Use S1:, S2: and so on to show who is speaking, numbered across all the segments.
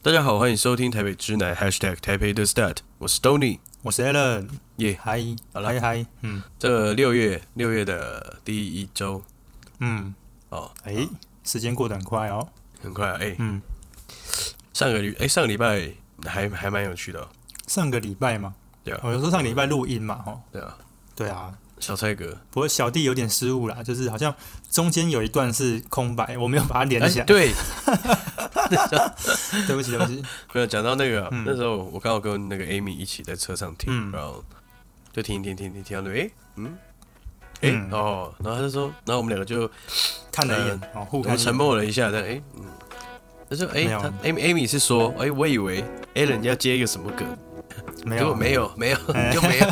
S1: 大家好，欢迎收听台北之南 #hashtag 台北的 stat，我是 Tony。
S2: 我是 Allen，
S1: 耶
S2: 嗨，
S1: 好了
S2: 嗨嗨，嗯
S1: 这六月六月的第一周
S2: 嗯，
S1: 哦，
S2: 哎、时间过得很快哦，
S1: 很快啊哎、
S2: 嗯，
S1: 上个礼哎、上个礼拜还还蛮有趣的、哦，
S2: 上个礼拜嘛，哦
S1: 对啊
S2: 我有说上个礼拜录音嘛，哦，
S1: 对啊，
S2: 对啊，
S1: 小蔡哥，
S2: 不过小弟有点失误啦，就是好像中间有一段是空白，我没有把它连起来，
S1: 哎对，
S2: 对不起，对不起，
S1: 没有讲到那个啊、
S2: 嗯
S1: 那时候我刚好跟那个 Amy 一起在车上听，
S2: 嗯
S1: 然后就听一听听听听到那边哎嗯。哎、
S2: 嗯
S1: 哦，然后他就说，然后我们两个就
S2: 看了一眼，哦，互
S1: 我
S2: 看
S1: 们
S2: 一眼
S1: 沉，默了一下，但哎、嗯，他说哎、
S2: 没有
S1: 他 Amy Amy 是说，哎、我以为 a l a n 要接一个什么梗，
S2: 没
S1: 结果
S2: 有，啊
S1: 没有 没有
S2: 哎
S1: 就没有。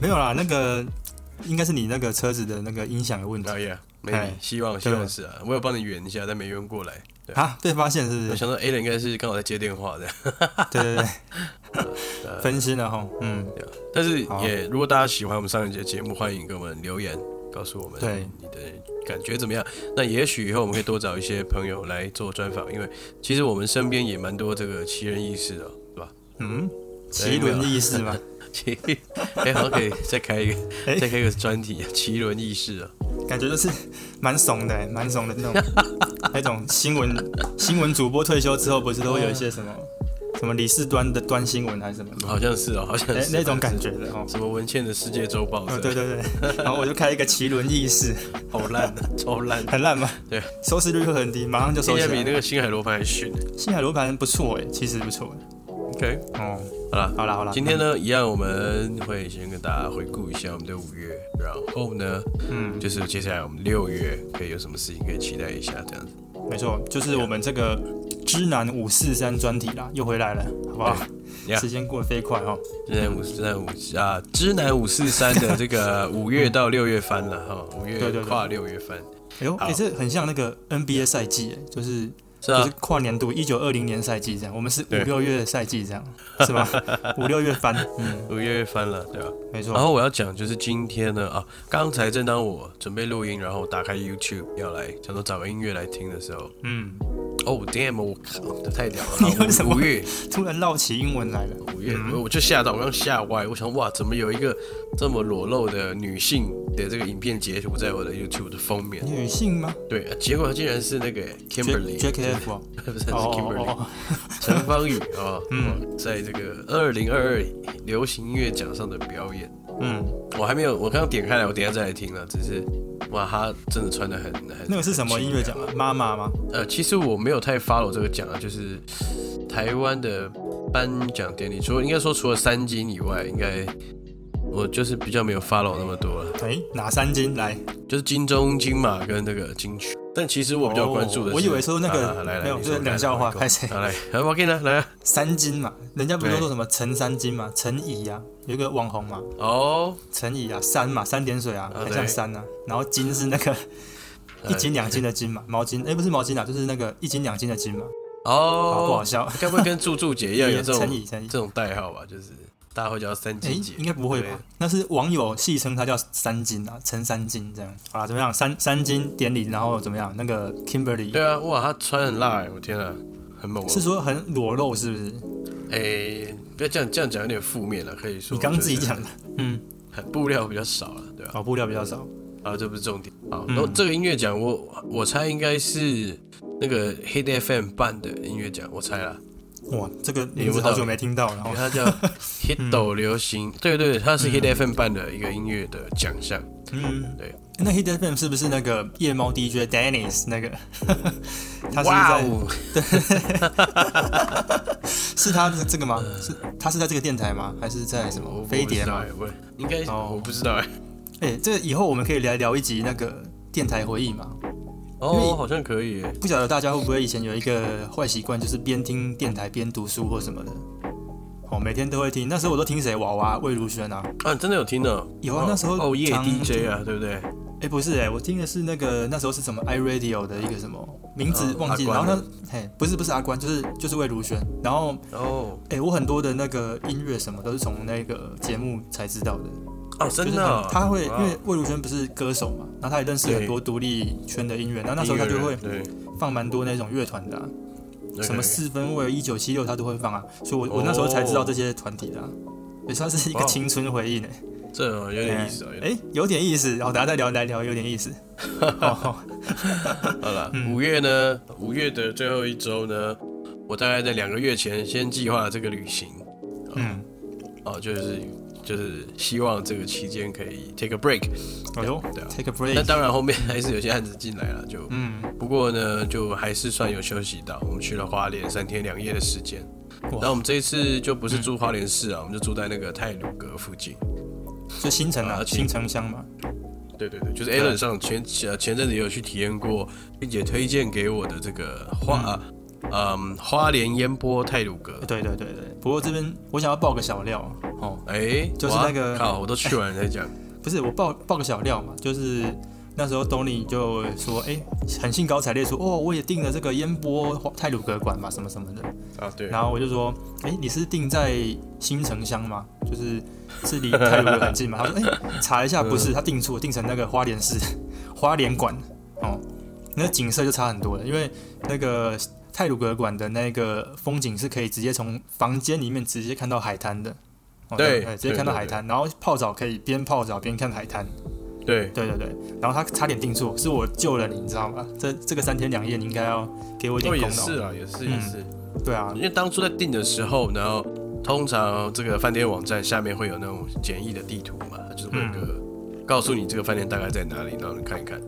S2: 没有啦，那个应该是你那个车子的那个音响有问题
S1: 导演， 没
S2: 哎
S1: 希望希望是啊，我有帮你圆一下，但没圆过来。对，
S2: 啊，被发现是
S1: 我
S2: 不是？
S1: 想说 A 人应该是刚好在接电话的，
S2: 对对对，
S1: 呃
S2: 分心了哈，嗯，
S1: 但是
S2: 好
S1: 也如果大家喜欢我们上一节节目，欢迎给我们留言，告诉我们
S2: 对
S1: 你的感觉怎么样。那也许以后我们可以多找一些朋友来做专访，因为其实我们身边也蛮多这个奇人异事的，哦对吧？
S2: 嗯，奇轮异事嘛，
S1: 奇， 哎，好像可以再开一个，
S2: 哎
S1: 再开一个专题，啊奇人异事啊。
S2: 感觉就是 蛮怂的欸，蛮怂的那种， 那种新闻新闻主播退休之后，不是都会有一些什么什么李世端的端新闻还是什么的，
S1: 好像是哦，好像
S2: 哎、
S1: 是
S2: 那种感觉的哦。
S1: 什么文倩的世界周报，
S2: 哦，对，对 对，然后我就开一个奇轮异事，
S1: 好烂的，超烂的，
S2: 很烂嘛，
S1: 对，
S2: 收视率会很低，马上就
S1: 现
S2: 收
S1: 在
S2: 起
S1: 比那
S2: 来。
S1: 个星海罗盘还逊。
S2: 星海罗盘不错哎，其实不错
S1: OK，
S2: 哎。哦，
S1: 好了，
S2: 好啦好啦，
S1: 今天呢，一样我们会先跟大家回顾一下我们的五月，然后呢，
S2: 嗯，
S1: 就是接下来我们六月可以有什么事情可以期待一下，这样子。
S2: 没错，就是我们这个知南五四三专题啦，又回来了，好不好
S1: Yeah
S2: 时间过得飞快哦。
S1: 现在五现在五啊，知南五四三的这个五月到六月番了哈，五
S2: 对
S1: 月
S2: 对对
S1: 跨六月番，
S2: 哎呦，
S1: 好
S2: 哎、这很像那个 NBA 赛季哎，就是
S1: 是
S2: 就
S1: 啊
S2: 是，跨年度一九二零年赛季这样，我们是五
S1: 对
S2: 六月赛季这样，是吧？五六月翻，嗯，
S1: 五月番了，对吧、
S2: 没
S1: 然
S2: 错，
S1: 后我要讲就是今天呢啊，刚才正当我准备录音，然后打开 YouTube 要来想说找个音乐来听的时候，
S2: 嗯，
S1: 哦、damn，我靠，太屌了！
S2: 你为什么
S1: 五五月
S2: 突然绕起英文来了，
S1: 五月，我我就吓到，我刚吓歪，我想哇，怎么有一个这么裸露的女性的这个影片截图在我的 YouTube 的封面？
S2: 女性吗
S1: 对，啊结果竟然是那个 Kimberly，
S2: ？J K F 哦，
S1: 不是是
S2: 哦哦
S1: Kimberly，
S2: 哦
S1: 陈芳宇啊，
S2: 嗯
S1: 在这个二零二二流行音乐奖上的表演。
S2: 哦，嗯，
S1: 我还没有，我刚刚点开来，我等一下再来听了。只是，哇，他真的穿的很很。
S2: 那个是什么音乐奖啊？妈妈吗？
S1: 呃，其实我没有太 follow 这个奖啊，就是台湾的颁奖典礼，除了应该说除了三金以外，应该我就是比较没有 follow 那么多了，
S2: 哎，哪三金来？
S1: 就是金钟、金马跟那个金曲。但其实我比较关注的是，
S2: 哦我以为说那个
S1: 啊来来，
S2: 没有
S1: 你
S2: 就是
S1: 说
S2: 冷笑话
S1: 来
S2: 拍谁
S1: 好来，来我给你来来啊，
S2: 三金嘛，人家不是
S1: 对
S2: 都说什么陈三金嘛，陈怡啊，有一个网红嘛，
S1: 哦，
S2: 陈怡啊，三嘛，三点水啊，
S1: 啊
S2: 很像
S1: 对
S2: 三啊，然后金是那个一斤两斤的斤嘛，毛巾，哎，不是毛巾啊，就是那个一斤两斤的斤嘛，好不好
S1: 哦，
S2: 笑？
S1: 该不会跟祝祝姐一样有这
S2: 陈
S1: 种
S2: 怡，陈怡。
S1: 这种代号吧？就是大家会叫三
S2: 哎
S1: 金姐，
S2: 应该不会吧？那是网友戏称他叫三金啊，陈三金这样。好啦，怎么样？三三金典礼，然后怎么样？那个 Kimberly
S1: 对啊，哇，他穿很辣哎、我天啊，很猛、哦。
S2: 是说很裸露，是不是？
S1: 哎、不要这样，这样讲有点负面了，可以说
S2: 你刚自己讲
S1: 就
S2: 的。嗯，
S1: 是很布料比较少了，对吧、
S2: 哦，布料比较少。
S1: 啊？这不是重点。好，
S2: 嗯
S1: 然后这个音乐奖，我我猜应该是那个 Hit FM 办的音乐奖，我猜啦，
S2: 哇，这个
S1: 有没
S2: 名字
S1: 有
S2: 好
S1: 道
S2: 久
S1: 理
S2: 没听到，哦
S1: 因
S2: 然后
S1: 为它 叫 Hit 抖流行，对对对，它是 Hit FM 办的一个音乐的奖项。
S2: 嗯，
S1: 对。
S2: 那 Hit FM 是不是那个夜猫 DJ Dennis 那个？ 他是
S1: 哇
S2: 在
S1: 哦，
S2: 是他这这个吗？是他是在这个电台吗？还是在什
S1: 我
S2: 么
S1: 我
S2: 飞
S1: 不知
S2: 碟
S1: 道
S2: 吗？
S1: 哎，我应该
S2: 哦
S1: 我不知道哎。
S2: 哎，这个以后我们可以来聊一集那个电台回忆嘛。因
S1: 哦，
S2: 为
S1: 好像可以哎。
S2: 不晓得大家会不会以前有一个坏习惯，就是边听电台边读书或什么的。哦，每天都会听，那时候我都听谁？娃娃、魏如萱啊。
S1: 啊，你真的有听呢？
S2: 有啊那时候
S1: 哦哦夜
S2: 常
S1: DJ 啊，对不对？
S2: 哎，不是哎、我听的是那个那时候是什么 iRadio 的一个什么名字
S1: 哦
S2: 忘记，
S1: 阿
S2: 然
S1: 关
S2: 后呢，嘿，不是不是阿关，就是就是魏如萱，然后
S1: 哦
S2: 哎、我很多的那个音乐什么都是从那个节目才知道的，
S1: 哦，
S2: 就
S1: 真
S2: 是
S1: 的哦
S2: 很，他会
S1: 哇
S2: 因为魏如萱不是歌手嘛，然后他也认识很多独立圈的音乐，然后那时候他就会
S1: 音乐人
S2: 放蛮多那种乐团的啊、
S1: 对
S2: 什么
S1: OK，OK
S2: 四分位、一九七六他都会放啊，所以我我那时候才知道这些团体的、啊，也算是一个
S1: 哦哇
S2: 青春回忆呢。
S1: 这种有点意思啊，有点
S2: 哎、有点意思，好，大家再聊来聊，有点 意思。哦
S1: 好了，五月呢，五月的最后一周呢，我大概在两个月前先计划了这个旅行
S2: 嗯，
S1: 哦，就是就是希望这个期间可以 take a break。
S2: 哎呦
S1: 对啊
S2: ，take a
S1: 那
S2: break，
S1: 当然后面还是有些案子进来了，就
S2: 嗯，
S1: 不过呢，就还是算有休息到。我们去了花莲三天两夜的时间，那我们这一次就不是住花莲市啊，我们就住在那个泰鲁阁附近。
S2: 就新城啊，
S1: 而且
S2: 新城乡嘛，
S1: 对对对，就是 Alan 上前呃前阵子也有去体验过，并且推荐给我的这个花嗯花莲烟波泰鲁阁。
S2: 对对对对。不过这边我想要爆个小料哦，
S1: 哎、
S2: 就是
S1: 哇
S2: 那个
S1: 靠，我都去完了再 讲。
S2: 不是我爆爆个小料嘛，就是那时候 Tony 就说，哎、很兴高采烈说，哦，我也订了这个烟波泰鲁阁馆嘛，什么什么的。
S1: 啊，对，
S2: 然后我就说，哎、你是定在新城乡吗？就是是离泰鲁阁很近吗？他说，哎、查一下，不
S1: 嗯
S2: 是，他定错，定成那个花莲市花莲馆哦，那景色就差很多了，因为那个泰鲁阁馆的那个风景是可以直接从房间里面直接看到海滩的。哦
S1: 对
S2: 直接看到海滩，然后泡澡可以边泡澡边看海滩，
S1: 对，
S2: 对对对。然后他差点定错，是我救了你，你知道吗？这这个三天两夜，你应该要给我一
S1: 哦，
S2: 点
S1: 也
S2: 功劳。
S1: 是啊，也是
S2: 嗯
S1: 也是，
S2: 对啊，
S1: 因为当初在订的时候，然后通常这个饭店网站下面会有那种简易的地图嘛，它就是会有
S2: 嗯
S1: 个告诉你这个饭店大概在哪里，然后你看一看。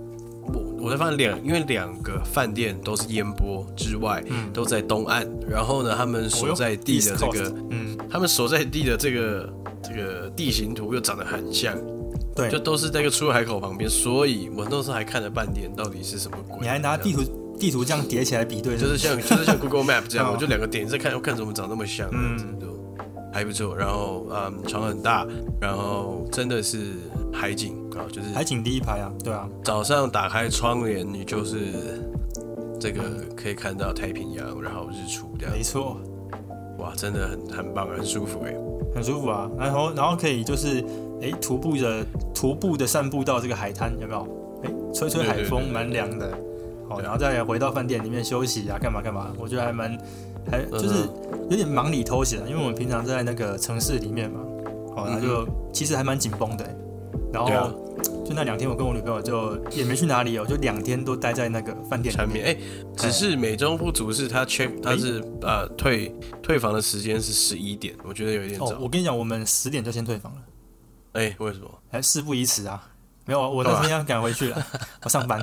S1: 我我才发现两，因为两个饭店都是烟波之外，
S2: 嗯哦
S1: 都在东岸，然后呢，他们所在地的这个
S2: East，Coast，嗯，
S1: 他们所在地的这个这个地形图又长得很像，
S2: 对，
S1: 就都是在一个出海口旁边，所以我那时候还看了半天，到底是什么鬼？
S2: 你还拿地图地图这样叠起来比对，
S1: 就是像就是像 Google Map 这样，
S2: 哦
S1: 我就两个点在看，看怎么长那么像，
S2: 嗯
S1: 嗯，就还不错。然后嗯，床很大，然后真的是海景啊，就是
S2: 海景第一排啊，对啊，
S1: 早上打开窗帘，你就是这个可以看到太平洋，然后日出这样
S2: 没，错，
S1: 哇，真的很很棒，很舒服哎。
S2: 很舒服啊。然后然后可以就是哎徒步的徒步的散步到这个海滩，有没有？哎，吹吹海
S1: 对对对
S2: 风，
S1: 对
S2: 蛮凉的。哦，
S1: 对
S2: 然后再回到饭店里面休息啊，干嘛干嘛，我觉得还蛮还
S1: 嗯
S2: 就是有点忙里偷闲啊，因为我们平常在那个城市里面嘛，哦，那就其实还蛮紧绷的。哎然
S1: 嗯
S2: 后
S1: 对啊
S2: 就那两天，我跟我女朋友就也没去哪里哦，就两天都待在那个饭店
S1: 缠
S2: 里
S1: 绵
S2: 面。
S1: 哎，只是美中不足是
S2: 哎
S1: 他 check 他是呃退退房的时间是十一点，我觉得有一点
S2: 哦，我
S1: 早。
S2: 跟你讲，我们十点就先退房了。
S1: 哎，为什么？
S2: 哎，事不宜迟啊！没有啊，我
S1: 哦
S2: 那天要赶回去 了，我上班。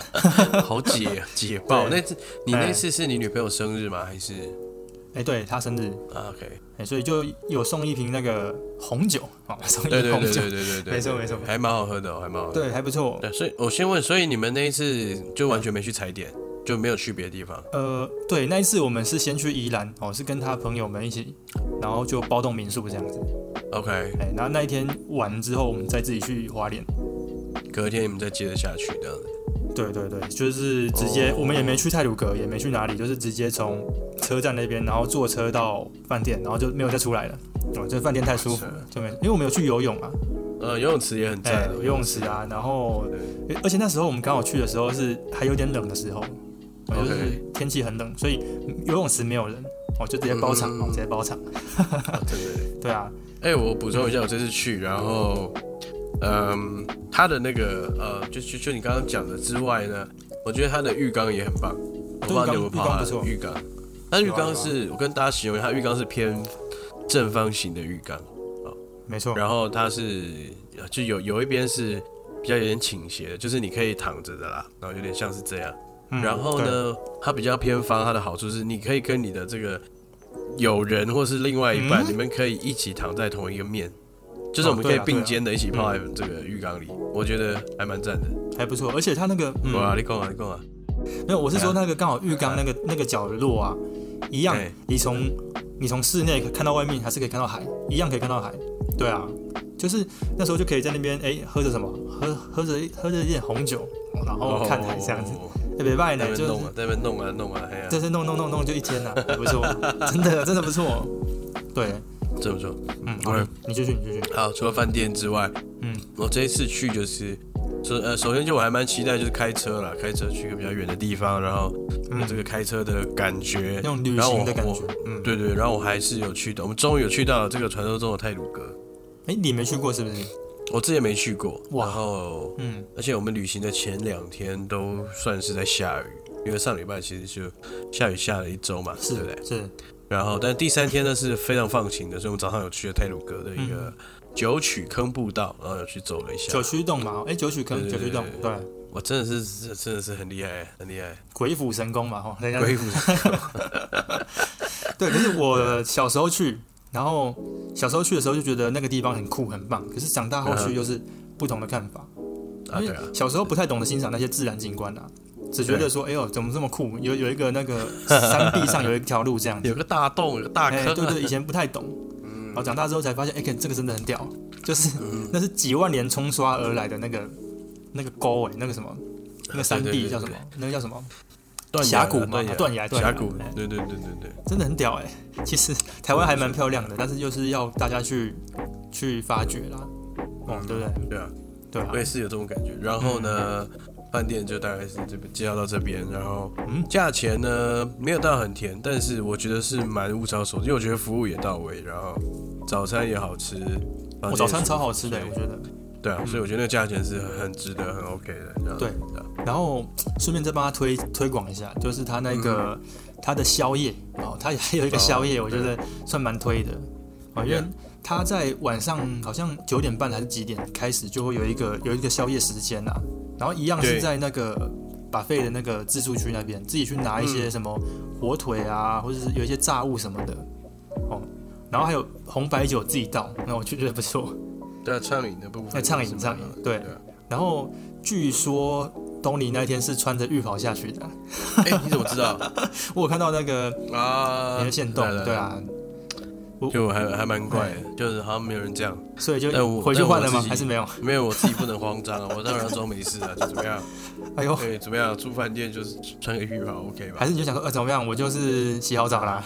S1: 好解解爆！
S2: 对
S1: 那次你那
S2: 哎
S1: 次是你女朋友生日吗？还是？
S2: 哎，对他生日，
S1: 啊 OK，
S2: 哎，所以就有送一瓶那个红酒啊，送一
S1: 对对
S2: 瓶红
S1: 对
S2: 酒，
S1: 对对对对，
S2: 没错没错
S1: 还蛮好喝的哦，还蛮好喝。
S2: 对，还不错。
S1: 对，所以我先问，所以你们那一次就完全没去踩点，就没有去别的地方？
S2: 呃，对，那一次我们是先去宜兰哦，是跟他朋友们一起，然后就包栋民宿这样子。
S1: OK，
S2: 哎，然后那一天完之后，我们再自己去花莲。
S1: 隔天你们再接着下去这样子。
S2: 对对对，就是直接，
S1: 哦
S2: 我们也没去泰鲁阁，也没去哪里，就是直接从车站那边，然后坐车到饭店，然后就没有再出来了。哦，这饭店太舒服了，就没，因为我们有去游泳啊，
S1: 呃，游泳池也很
S2: 哎，
S1: 赞哦，
S2: 游泳池啊，然后
S1: 对，
S2: 诶而且那时候我们刚好去的时候是还有点冷的时候，哦就
S1: OK
S2: 是天气很冷，所以游泳池没有人，哦，就直接包场，
S1: 嗯
S2: 哦，直接包场，
S1: 啊真的。
S2: 对啊，
S1: 哎、我补充一下，我这次去，然后，嗯，它的那个呃，就就就你刚刚讲的之外呢，我觉得它的浴缸也很棒。我不知道你有没有
S2: 浴缸
S1: 泡它
S2: 浴缸不错
S1: 的浴缸，它浴
S2: 有啊
S1: 缸是我跟大家形容一下，它浴缸是偏正方形的浴缸，
S2: 没错，
S1: 然后它是呃就有有一边是比较有点倾斜的，就是你可以躺着的啦，然后有点像是这样。
S2: 嗯
S1: 然后？呢，它比较偏方，它的好处是你可以跟你的这个友人或是另外一半，
S2: 嗯
S1: 你们可以一起躺在同一个面，就是
S2: 哦
S1: 我们可
S2: 对
S1: 以
S2: 啊
S1: 并肩的一起泡在这个浴缸里，我觉得还蛮赞的。
S2: 对还不错，而且它那个，嗯，
S1: 哇，你讲啊，你讲啊，
S2: 啊没有，我是说那个刚好浴缸那个那个角落啊，一样
S1: 哎，
S2: 你从你从室内看到外面还是可以看到海，一样可以看到海。对啊，就是那时候就可以在那边哎、喝着什么，喝喝着喝着一点红酒，哦然后看海这样
S1: 哦
S2: 子，哎别拜
S1: 在
S2: 呢，
S1: 那
S2: 就
S1: 边
S2: 是
S1: 弄啊，在那边弄啊弄啊，哎呀，
S2: 这是弄弄弄弄就一天呐、还 不错，真的真的不错。对，
S1: 这么说。
S2: 嗯，好，你你继续，你继续。
S1: 好，除了饭店之外，
S2: 嗯，
S1: 我这一次去就是，首呃，首先就我还蛮期待就是开车啦，开车去一个比较远的地方，然后有这个开车的感觉，
S2: 嗯那种旅行的感觉
S1: 然后我。
S2: 嗯，
S1: 对对，然后我还是有去的，我们终于有去到了这个传说中的泰鲁阁，
S2: 哎，你没去过是不是？
S1: 我之前没去过，
S2: 哇
S1: 然后
S2: 嗯，
S1: 而且我们旅行的前两天都算是在下雨，因为上礼拜其实就下雨下了一周嘛，对不对
S2: 是？是，
S1: 然后，但第三天呢是非常放晴的，所以我们早上有去了泰鲁阁的一个九曲坑步道，然后有去走了一下
S2: 九。曲洞嘛，哎，九曲坑，
S1: 对
S2: 九
S1: 对
S2: 曲洞，对，
S1: 我真的是，这真的是很厉害，很厉害。
S2: 鬼斧神工嘛，哦哈，人家
S1: 鬼斧神
S2: 对，可是
S1: 啊
S2: 我小时候去，然后小时候去的时候就觉得那个地方很酷很棒，可是长大后去又是不同的看法，
S1: 工嗯啊，
S2: 因
S1: 对
S2: 为
S1: 啊，
S2: 小时候不太懂得欣赏那些自然景观啊。只觉得说，哎呦，怎么这么酷？有有一个那个山壁上有一 条路这样 子，
S1: 有个大洞，有个大
S2: 哎、
S1: 坑啊，嗯
S2: 对对，以前不太懂，然后长大之后才发现，哎、看这个真的很屌，就是、 那是几万年冲刷而来的那个那个沟哎、那个什么，那个山
S1: 啊对
S2: 壁
S1: 对
S2: 叫
S1: 对
S2: 什么？那个叫什么？
S1: 断崖
S2: 峡谷
S1: 啊断
S2: 嘛
S1: 崖，
S2: 断崖断崖
S1: 峡谷
S2: 哎，
S1: 对对对对对，
S2: 真的很屌哎、其实台湾还蛮漂亮的，但是就是要大家去去发掘啦，哦、对不对？
S1: 对啊，嗯
S2: 对啊
S1: 我，也是有这种感觉。然后呢，饭店就大概是这边介绍到这边，然后
S2: 嗯
S1: 价钱呢没有到很甜，但是我觉得是蛮物超所值，因为我觉得服务也到位，然后早餐也好吃，
S2: 我、
S1: 房间也
S2: 早餐
S1: 舒服
S2: 超好吃的、
S1: 所以
S2: 我觉得。
S1: 对啊，所以我觉得那个价钱是很值得、很 OK 的。这样
S2: 嗯对
S1: 啊
S2: 然后顺便再帮他推推广一下，就是他那个、他的宵夜哦，他也有一个宵夜，
S1: 哦
S2: 我觉得算蛮推的哦，因为
S1: Yeah
S2: 他在晚上好像九点半还是几点开始就会有一个有一个宵夜时间啦、然后一样是
S1: 对
S2: 在那个把费的那个自助区那边自己去拿一些什么火腿啊，或者是有一些炸物什么的哦，然后还有红白酒自己倒，那我就觉得不错。
S1: 对啊，畅饮的部分
S2: 哎
S1: 也是蛮好
S2: 畅
S1: 的，
S2: 饮畅饮对
S1: 啊。
S2: 然后据说东尼那天是穿着浴袍下去的，
S1: 哎，你怎么知 道
S2: 我有看到那个
S1: 啊？
S2: 你的线动，
S1: 来来来
S2: 对啊，哎
S1: 就还还蛮怪的，就是好像没有人这样，
S2: 所以
S1: 但哎我
S2: 就回去换了
S1: 但我
S2: 吗？
S1: 自己
S2: 还是没有？
S1: 没有我自己不能慌张啊， 我当然要装没事啊，就怎么样？
S2: 哎呦，
S1: 对，怎么样？住饭店就是穿个浴袍 OK 吧
S2: 还？是你就想说，呃，怎么样？我就是洗好澡啦。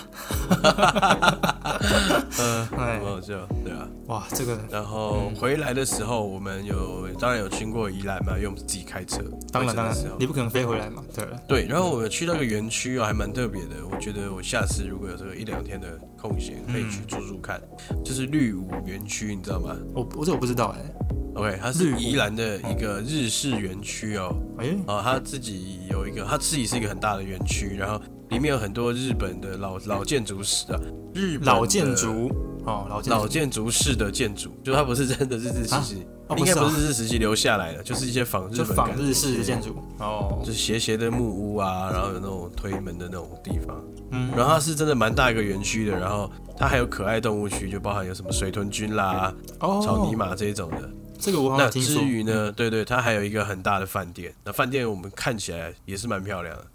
S1: 嗯，
S2: 哎嗯
S1: 很，好笑，对啊。
S2: 哇，这个
S1: 然后回来的时候，我们有当然有经过宜兰嘛，因为我们是自己开车。
S2: 当
S1: 回
S2: 然当然
S1: 程的时候，
S2: 你不可能飞回来嘛，对了，
S1: 对，然后我去那个园区啊，还蛮特别的。我觉得我下次如果有这个一两天的空闲，可以去住住看。就是绿舞园区，你知道吗
S2: 我我这我不知道哎，
S1: ？OK，它
S2: 绿
S1: 是
S2: 舞
S1: 宜兰的一个日式园区哦。
S2: 哎，
S1: 啊，它自己有一个，它自己是一个很大的园区，然后里面有很多日本的老老建筑师啊，日本的
S2: 老建筑哦，老建
S1: 老
S2: 筑，
S1: 建筑式的建筑，就它不是真的日治时期，
S2: 哦
S1: 应该
S2: 是
S1: 不
S2: 啊，
S1: 是日治时期留下来的，就是一些仿日
S2: 就
S1: 本
S2: 仿
S1: 感
S2: 日式的建筑哦，
S1: 就是斜斜的木屋啊，然后有那种推门的那种地方，
S2: 嗯
S1: 然后它是真的蛮大一个园区的，然后它还有可爱动物区，就包含有什么水豚君啦、草泥
S2: 哦，
S1: 马这一种的。
S2: 这个我好
S1: 那
S2: 像听
S1: 至
S2: 说，
S1: 于呢，对对，它还有一个很大的饭店，那饭店我们看起来也是蛮漂亮的，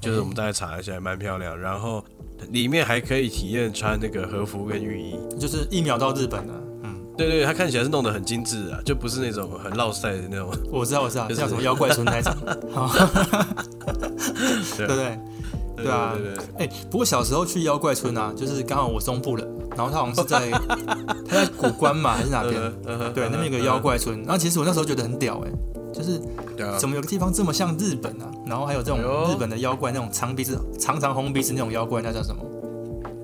S1: 就是我们大概查一下，蛮漂亮。然后里面还可以体验穿那个和服跟浴衣，
S2: 就是一秒到日本了，嗯，
S1: 对对，它看起来是弄得很精致啊，就不是那种很落塞的那种。
S2: 我知道我知道，
S1: 就是
S2: 像什么妖怪村 那种，好对不对？对啊
S1: 对对对
S2: 哎、不过小时候去妖怪村啊，就是刚好我中部人，然后他好像 是在他在古关嘛还是
S1: 嗯
S2: 哪边？对，那边有个妖，怪村。然后其实我那时候觉得很屌哎、就是
S1: 嗯嗯嗯对啊，
S2: 怎么有个地方这么像日本啊？然后还有这种
S1: 哎呦
S2: 日本的妖怪，那种长鼻子、长长红鼻子那种妖怪，那叫什么？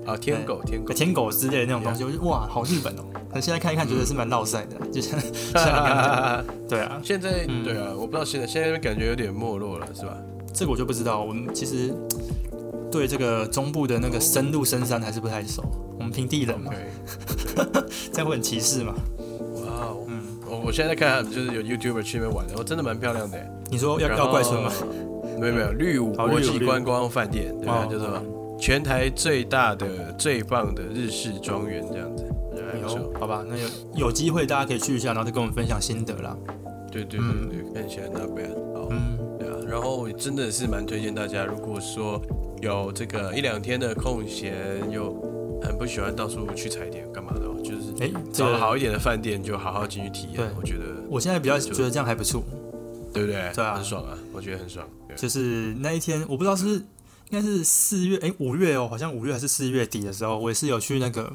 S1: 啊，天狗天狗，
S2: 舔狗之类的那种东西。我就哇，好日本哦！可现在看一看，觉得是蛮绕 塞的，就像像你刚刚讲的，对啊，
S1: 现在
S2: 嗯
S1: 对啊，我不知道现在现在感觉有点没落了，是吧？
S2: 这个我就不知道。我们其实对这个中部的那个深入深山还是不太熟，我们平地人嘛，
S1: 对，
S2: 这样会很歧视嘛。
S1: 哇哦，
S2: 嗯
S1: 我我现在在看他们就是有 YouTuber 去那边玩的，我真的蛮漂亮的。
S2: 你说哦要
S1: 然后
S2: 要怪村吗？？
S1: 没有没有，绿舞
S2: 哦绿舞
S1: 国际
S2: 绿舞
S1: 观光饭店，对啊，
S2: 哦
S1: 就是什么全台最大的、最棒的日式庄园这样子，我觉得还不错。
S2: 哎有，好吧，那有有机会大家可以去一下，然后再跟我们分享心得啦。
S1: 对对对对，看起来 not bad。好，啊
S2: 嗯，
S1: 对啊，然后真的是蛮推荐大家，如果说有这个一两天的空闲，有很不喜欢到处去踩点干嘛的哦，就是
S2: 哎、这
S1: 找
S2: 个
S1: 了好一点的饭店就好好进去体验
S2: 对，
S1: 我觉得
S2: 我现在比较
S1: 就
S2: 觉得这样还不错，
S1: 对不对？
S2: 对啊
S1: 很爽啊，我觉得很爽。对
S2: 就是那一天，我不知道是不是应该是四月，哎、五月哦，好像五月还是四月底的时候，我也是有去那个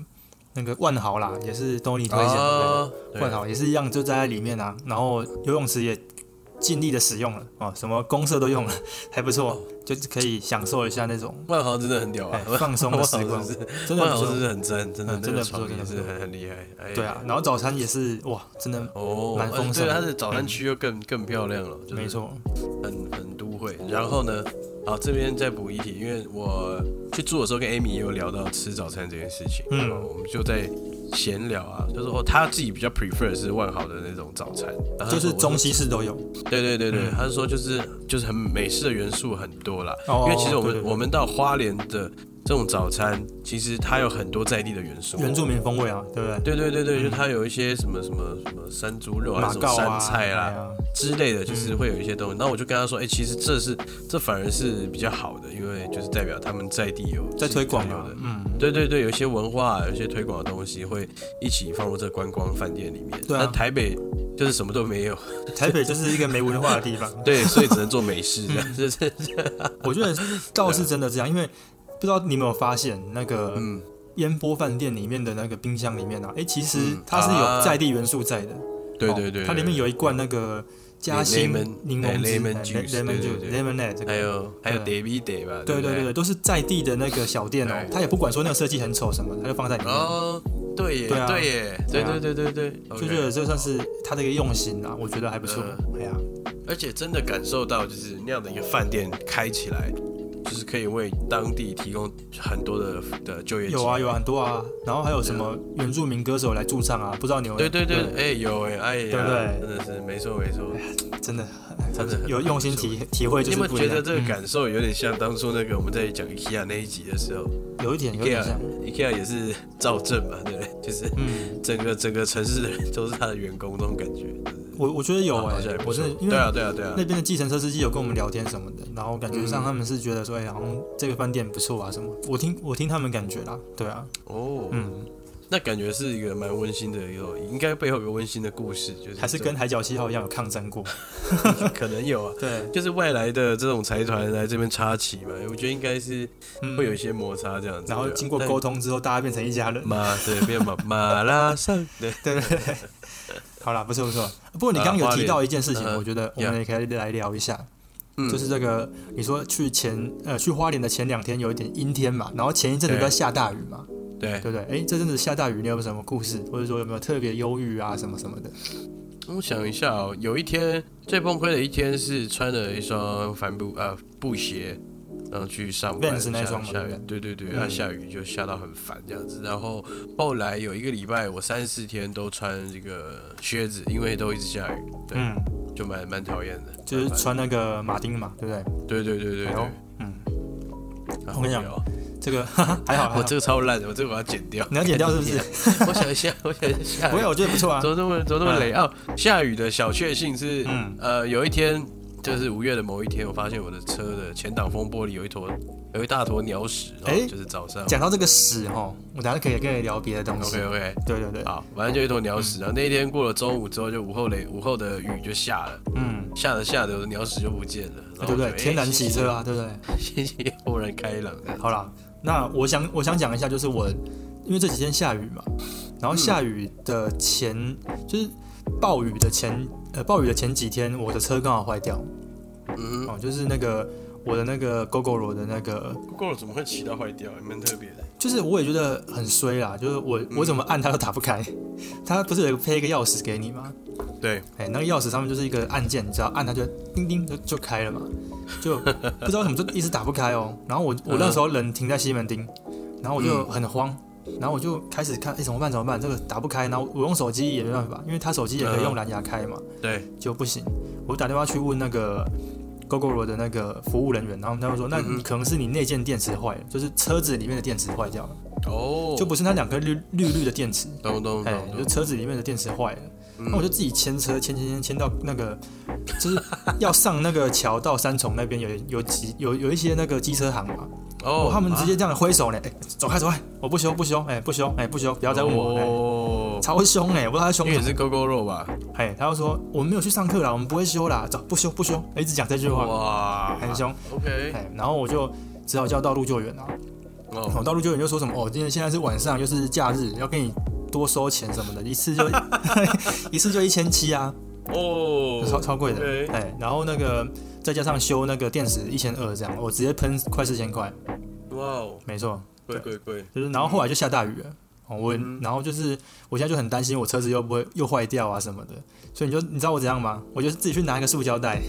S2: 那个万豪啦，也是都你推荐的
S1: 啊，对
S2: 万豪，也是一样，就待在里面啊，然后游泳池也尽力的使用了哦，什么公社都用了， 还不错，就是可以享受一下那种
S1: 万豪真的很屌
S2: 哎
S1: 啊，
S2: 放松的
S1: 哦 万
S2: 时
S1: 豪真
S2: 光
S1: 的，是，
S2: 真的
S1: 万
S2: 不
S1: 豪真
S2: 错。
S1: 的很真，真的
S2: 嗯
S1: 那
S2: 真
S1: 个
S2: 的不错
S1: 床
S2: 真
S1: 也
S2: 的不
S1: 是
S2: 错
S1: 很很厉害。哎
S2: 对啊，然后早餐也是哇，真的
S1: 哦，
S2: 蛮丰盛
S1: 对，
S2: 的
S1: 它的早餐区又更更漂亮了，就是
S2: 嗯没错，
S1: 很很都会。然后呢，好这边再补一题，因为我去住的时候跟 Amy 也有聊到吃早餐这件事情，
S2: 嗯
S1: 然后我们就在闲聊啊，就是哦他自己比较 prefer 是万豪的那种早餐，然后
S2: 就是
S1: 我
S2: 中西式都有
S1: 对对对对，
S2: 嗯
S1: 他是说就是就是很美式的元素很多啦，
S2: 哦
S1: 因为其实我们
S2: 对对对
S1: 我们到花莲的这种早餐，其实它有很多在地的元素，
S2: 原住民风味啊，对不
S1: 对
S2: 对？
S1: 对对对，就它有一些什么什么什么山猪肉还
S2: 马
S1: 是什么
S2: 告
S1: 山
S2: 啊，
S1: 菜啦、
S2: 哎呀
S1: 之类的，就是会有一些东西。然后我就跟他说，哎、其实这是这反而是比较好的，因为就是代表他们在地有
S2: 在推广
S1: 有
S2: 嘛
S1: 的，。
S2: 嗯，
S1: 对对对，有一些文化，有一些推广的东西会一起放入这观光饭店里面。
S2: 对啊
S1: 那台北就是什么都没有，
S2: 台北就是一个没文化的地 方。
S1: 对，所以只能做美式 这
S2: 嗯
S1: 样。 就是
S2: 我觉得倒是真的这样，因为不知道你有没有发现那个
S1: 嗯
S2: 烟波饭店里面的那个冰箱里面啊，哎，其实
S1: 嗯
S2: 它是
S1: 啊
S2: 有在地元素在的。
S1: 对
S2: 哦
S1: 对对，
S2: 它里面有一罐那个嘉兴
S1: Lemon-
S2: 柠
S1: 哎
S2: 檬汁
S1: lemon
S2: 哎
S1: juice，
S2: lemon
S1: 对对
S2: juice
S1: 对
S2: lemonade 这
S1: 还
S2: 个。
S1: 有还有 David Day 吧，
S2: 对
S1: 不
S2: 对对对，都是在地的那个小店哦
S1: 对，
S2: 他也不管说那个设计很丑什么，他就放在里面，
S1: 哦，对耶，
S2: 对啊
S1: 对耶，对
S2: 对啊
S1: 对对对对，
S2: 就
S1: OK
S2: 觉得这算是他的一个用心啊，我觉得还不错
S1: 嗯。
S2: 哎呀，
S1: 而且真的感受到，就是那样的一个饭店开起来，就是可以为当地提供很多的的就业机会
S2: 有啊有啊，很多啊，然后还有什么原住民歌手来驻唱啊，不知道你有
S1: 啊对对对，哎、有哎、哎呀，
S2: 对不对
S1: 真的是没错没错。
S2: 真的
S1: 真的很
S2: 有用心体体会，就
S1: 你
S2: 是
S1: 有没
S2: 不
S1: 有
S2: 一
S1: 觉
S2: 样
S1: 得这个感受有点像当初那个我们在讲 IKEA 那一集的时候
S2: 嗯有一点有点
S1: ，IKEA
S2: 像，
S1: IKEA 也是造镇嘛，对不对？就是
S2: 嗯，
S1: 整个整个城市的人都是他的员工，那种感觉。就是
S2: 我我觉得有
S1: 啊好
S2: 哎、
S1: 像也不
S2: 我
S1: 错
S2: 真的因
S1: 哦对
S2: 为
S1: 啊对啊对啊
S2: 那，边的计程车司机有跟我们聊天什么的，然后感觉上
S1: 嗯
S2: 他们是觉得说，哎、好像这个饭店不错啊什么，我听我听他们感觉啦，对啊，
S1: 哦，
S2: 嗯，
S1: 那感觉是一个蛮温馨的一个，应该背后有个温馨的故事，就是
S2: 还是
S1: 这
S2: 跟海角七号一样有抗争过，
S1: 可能有啊。
S2: 对，
S1: 就是外来的这种财团来这边插旗嘛，我觉得应该是
S2: 嗯
S1: 会有一，些摩擦这样子。
S2: 然后
S1: 对啊
S2: 经过
S1: 但
S2: 沟通之后，大家变成一家人，
S1: 马对，变马马拉上对，
S2: 对对对，好啦，不错不错，不过你
S1: 啊
S2: 刚刚有
S1: 花
S2: 提
S1: 莲
S2: 到一件事情，
S1: 呃
S2: 我觉得我们也可以来聊一下，
S1: 嗯
S2: 就是这个，你说去前呃去花莲的前两天有一点阴天嘛，然后前一阵子
S1: 对
S2: 在下大雨嘛，
S1: 对。
S2: 对不对？哎，这阵子下大雨，你有没有什么故事，或者说有没有特别忧郁啊什么什么的？
S1: 我想一下哦，有一天最崩溃的一天是穿了一双帆布呃布鞋，然后去上班，
S2: Vans 那
S1: 下
S2: 双嘛
S1: 下雨
S2: 对，
S1: 对对对，
S2: 嗯
S1: 它下雨就下到很烦这样子。然后后来有一个礼拜，我三四天都穿这个靴子，因为都一直下雨，对，
S2: 嗯，
S1: 就蛮蛮讨厌的。
S2: 就是
S1: 蛮烦
S2: 穿那个马丁嘛，对不对？
S1: 对对对对对
S2: 哎呦，嗯，
S1: 然
S2: 我
S1: 后
S2: 跟你讲
S1: 有
S2: 这个 还好，还好
S1: 我这个超烂的，我这个我要剪 掉。
S2: 你要剪掉是不 是？
S1: 我想一下，我想一下。
S2: 不会，我觉得不错啊
S1: 怎。么哎这么怎么这么雷哦？下雨的小确幸是，
S2: 嗯
S1: 呃，有一天就是五月的某一天，我发现我的车的前挡风玻璃有一坨有一大坨鸟屎，哦
S2: 哎
S1: 就是早上。
S2: 讲到这个屎哦，我等下可以跟你聊别的东西
S1: OK。OK，
S2: 对对对，
S1: 好，反正就一坨鸟
S2: 嗯
S1: 屎。然后那一天过了中午之后，就午后雷午后的雨就下了，
S2: 嗯，
S1: 下着下着我的鸟屎就不见了，
S2: 对不对？天然骑
S1: 骑
S2: 车，啊，对不对？
S1: 哎心情心情豁然开朗。
S2: 好啦，那我想我想讲一下，就是我因为这几天下雨嘛，然后下雨的前、就是暴雨的前呃暴雨的前几天，我的车刚好坏掉
S1: 嗯，
S2: 哦，就是那个我的那个 GoGoRo 的那个，
S1: 不过怎么会骑到坏掉？蛮特别的。
S2: 就是我也觉得很衰啦，就是我我怎么按它都打不开， 它不是有配一个钥匙给你吗？
S1: 对，
S2: 哎、那个钥匙上面就是一个按键，你只要按它就叮叮就就开了嘛，就不知道为什么就一直打不开哦。然后我我那时候人停在西门町，然后我
S1: 嗯
S2: 就很慌，然后我就开始看，哎、怎么办怎么办？这个打不开，然后我用手机也没办法，因为他手机也可
S1: 嗯
S2: 以用蓝牙开嘛，
S1: 对，
S2: 就不行。我打电话去问那个 GoGoRo 的那个服务人员，然后他们说，那
S1: 嗯哼
S2: 可能是你内建电池坏了，就是车子里面的电池坏掉了，
S1: 哦，
S2: 就不是那两颗绿绿绿的电池，
S1: 咚咚
S2: 哎、
S1: 咚
S2: 就
S1: 咚，
S2: 车子里面的电池坏了，
S1: 嗯
S2: 那我就自己牵车牵牵牵牵到那个，就是要上那个桥到三重那边有有几有有一些那个机车行嘛，
S1: 哦
S2: 哦，他们
S1: 啊
S2: 直接这样挥手呢，哎、走开走开，我不修不修，哎、不修哎、不修，不要再问我，哎、
S1: 哦，
S2: 超凶哎、我不知道他
S1: 因
S2: 凶
S1: 为也
S2: 什么，
S1: 是勾勾肉吧？
S2: 哎、他就说我们没有去上课啦，我们不会修啦，走不修不修，哎一直讲这句话，
S1: 哇，
S2: 很凶，
S1: OK，
S2: 哎、然后我就只好叫道路救援啊，
S1: 哦，
S2: 我道路救援就说什么哦，今天现在是晚上，又是假日，要给你多收钱什么的，一次就 一次就一千七啊，
S1: 哦，
S2: 超超贵的，
S1: OK
S2: 哎、然后那个再加上修那个电池一千二这样，我直接喷快四千块，
S1: 哇哦，
S2: 没错，
S1: 贵贵贵，
S2: 就是然后后来就下大雨了。哦，我
S1: 嗯
S2: 然后就是我现在就很担心我车子又不会又坏掉啊什么的，所以你就你知道我怎样吗？我就是自己去拿一个塑胶袋，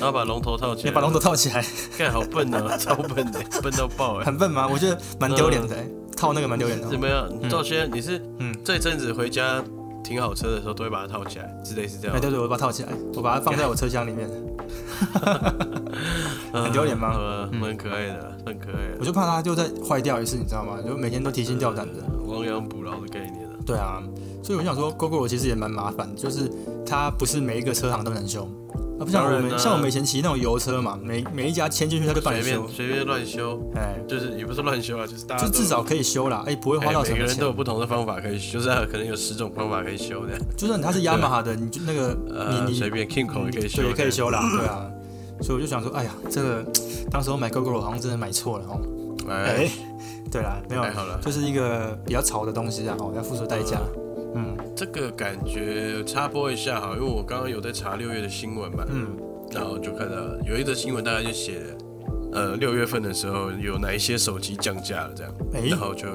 S1: 然后把龙头套起
S2: 你
S1: 来，
S2: 把龙头套起 来，
S1: 干好笨 哦，超笨的，笨到爆哎！
S2: 很笨吗？我觉得蛮丢脸的、
S1: 嗯
S2: 哎套那个蛮丢脸的
S1: 怎
S2: 哦。
S1: 么样？到现在你是
S2: 嗯
S1: 这阵子回家停好车的时候都会把它套起来，之类是这
S2: 哎，
S1: 样，
S2: 对对，我把它套起来，我把它放在我车厢里面。
S1: 嗯
S2: 很丢脸吗
S1: 呃，蛮可爱的，很可爱
S2: 我
S1: 的，
S2: 就怕它就再坏掉一次，你知道吗？就每天都提心吊胆的。
S1: 亡羊补牢的概念啊。
S2: 对啊，所以我想说，GoGo 其实也蛮麻烦，就是它不是每一个车行都能修，啊，不像我
S1: 当然
S2: 们
S1: 啦
S2: 像我们以前骑那种油车嘛，每每一家签进去它就帮
S1: 随
S2: 你修
S1: 便，随便乱修，
S2: 哎，
S1: 就是也不是乱修啊，就是大家
S2: 就
S1: 都
S2: 至少可以修啦，哎，不会花
S1: 哎
S2: 到什
S1: 每个
S2: 么
S1: 人都有
S2: 钱。
S1: 不同的方法可以修，就是可能有十种方法可以修的，
S2: 就算它是雅马哈的，你就那个
S1: 呃，
S2: 你
S1: 随
S2: 你
S1: 便 Kingo 也可以修，
S2: 对也可以。修啦，对啊。所以我就想说，哎呀，这个当时我买 GoGo 好像真的买错了哦。
S1: 哎
S2: 哎，，对啦，没有
S1: 太，好了，
S2: 就是一个比较潮的东西啊，哦，要付出代价。嗯
S1: 这个感觉插播一下哈，因为我刚刚有在查六月的新闻嘛，
S2: 嗯，
S1: 然后就看到有一则新闻，大概就写了，呃，六月份的时候有哪一些手机降价了这样，
S2: 哎，
S1: 然后就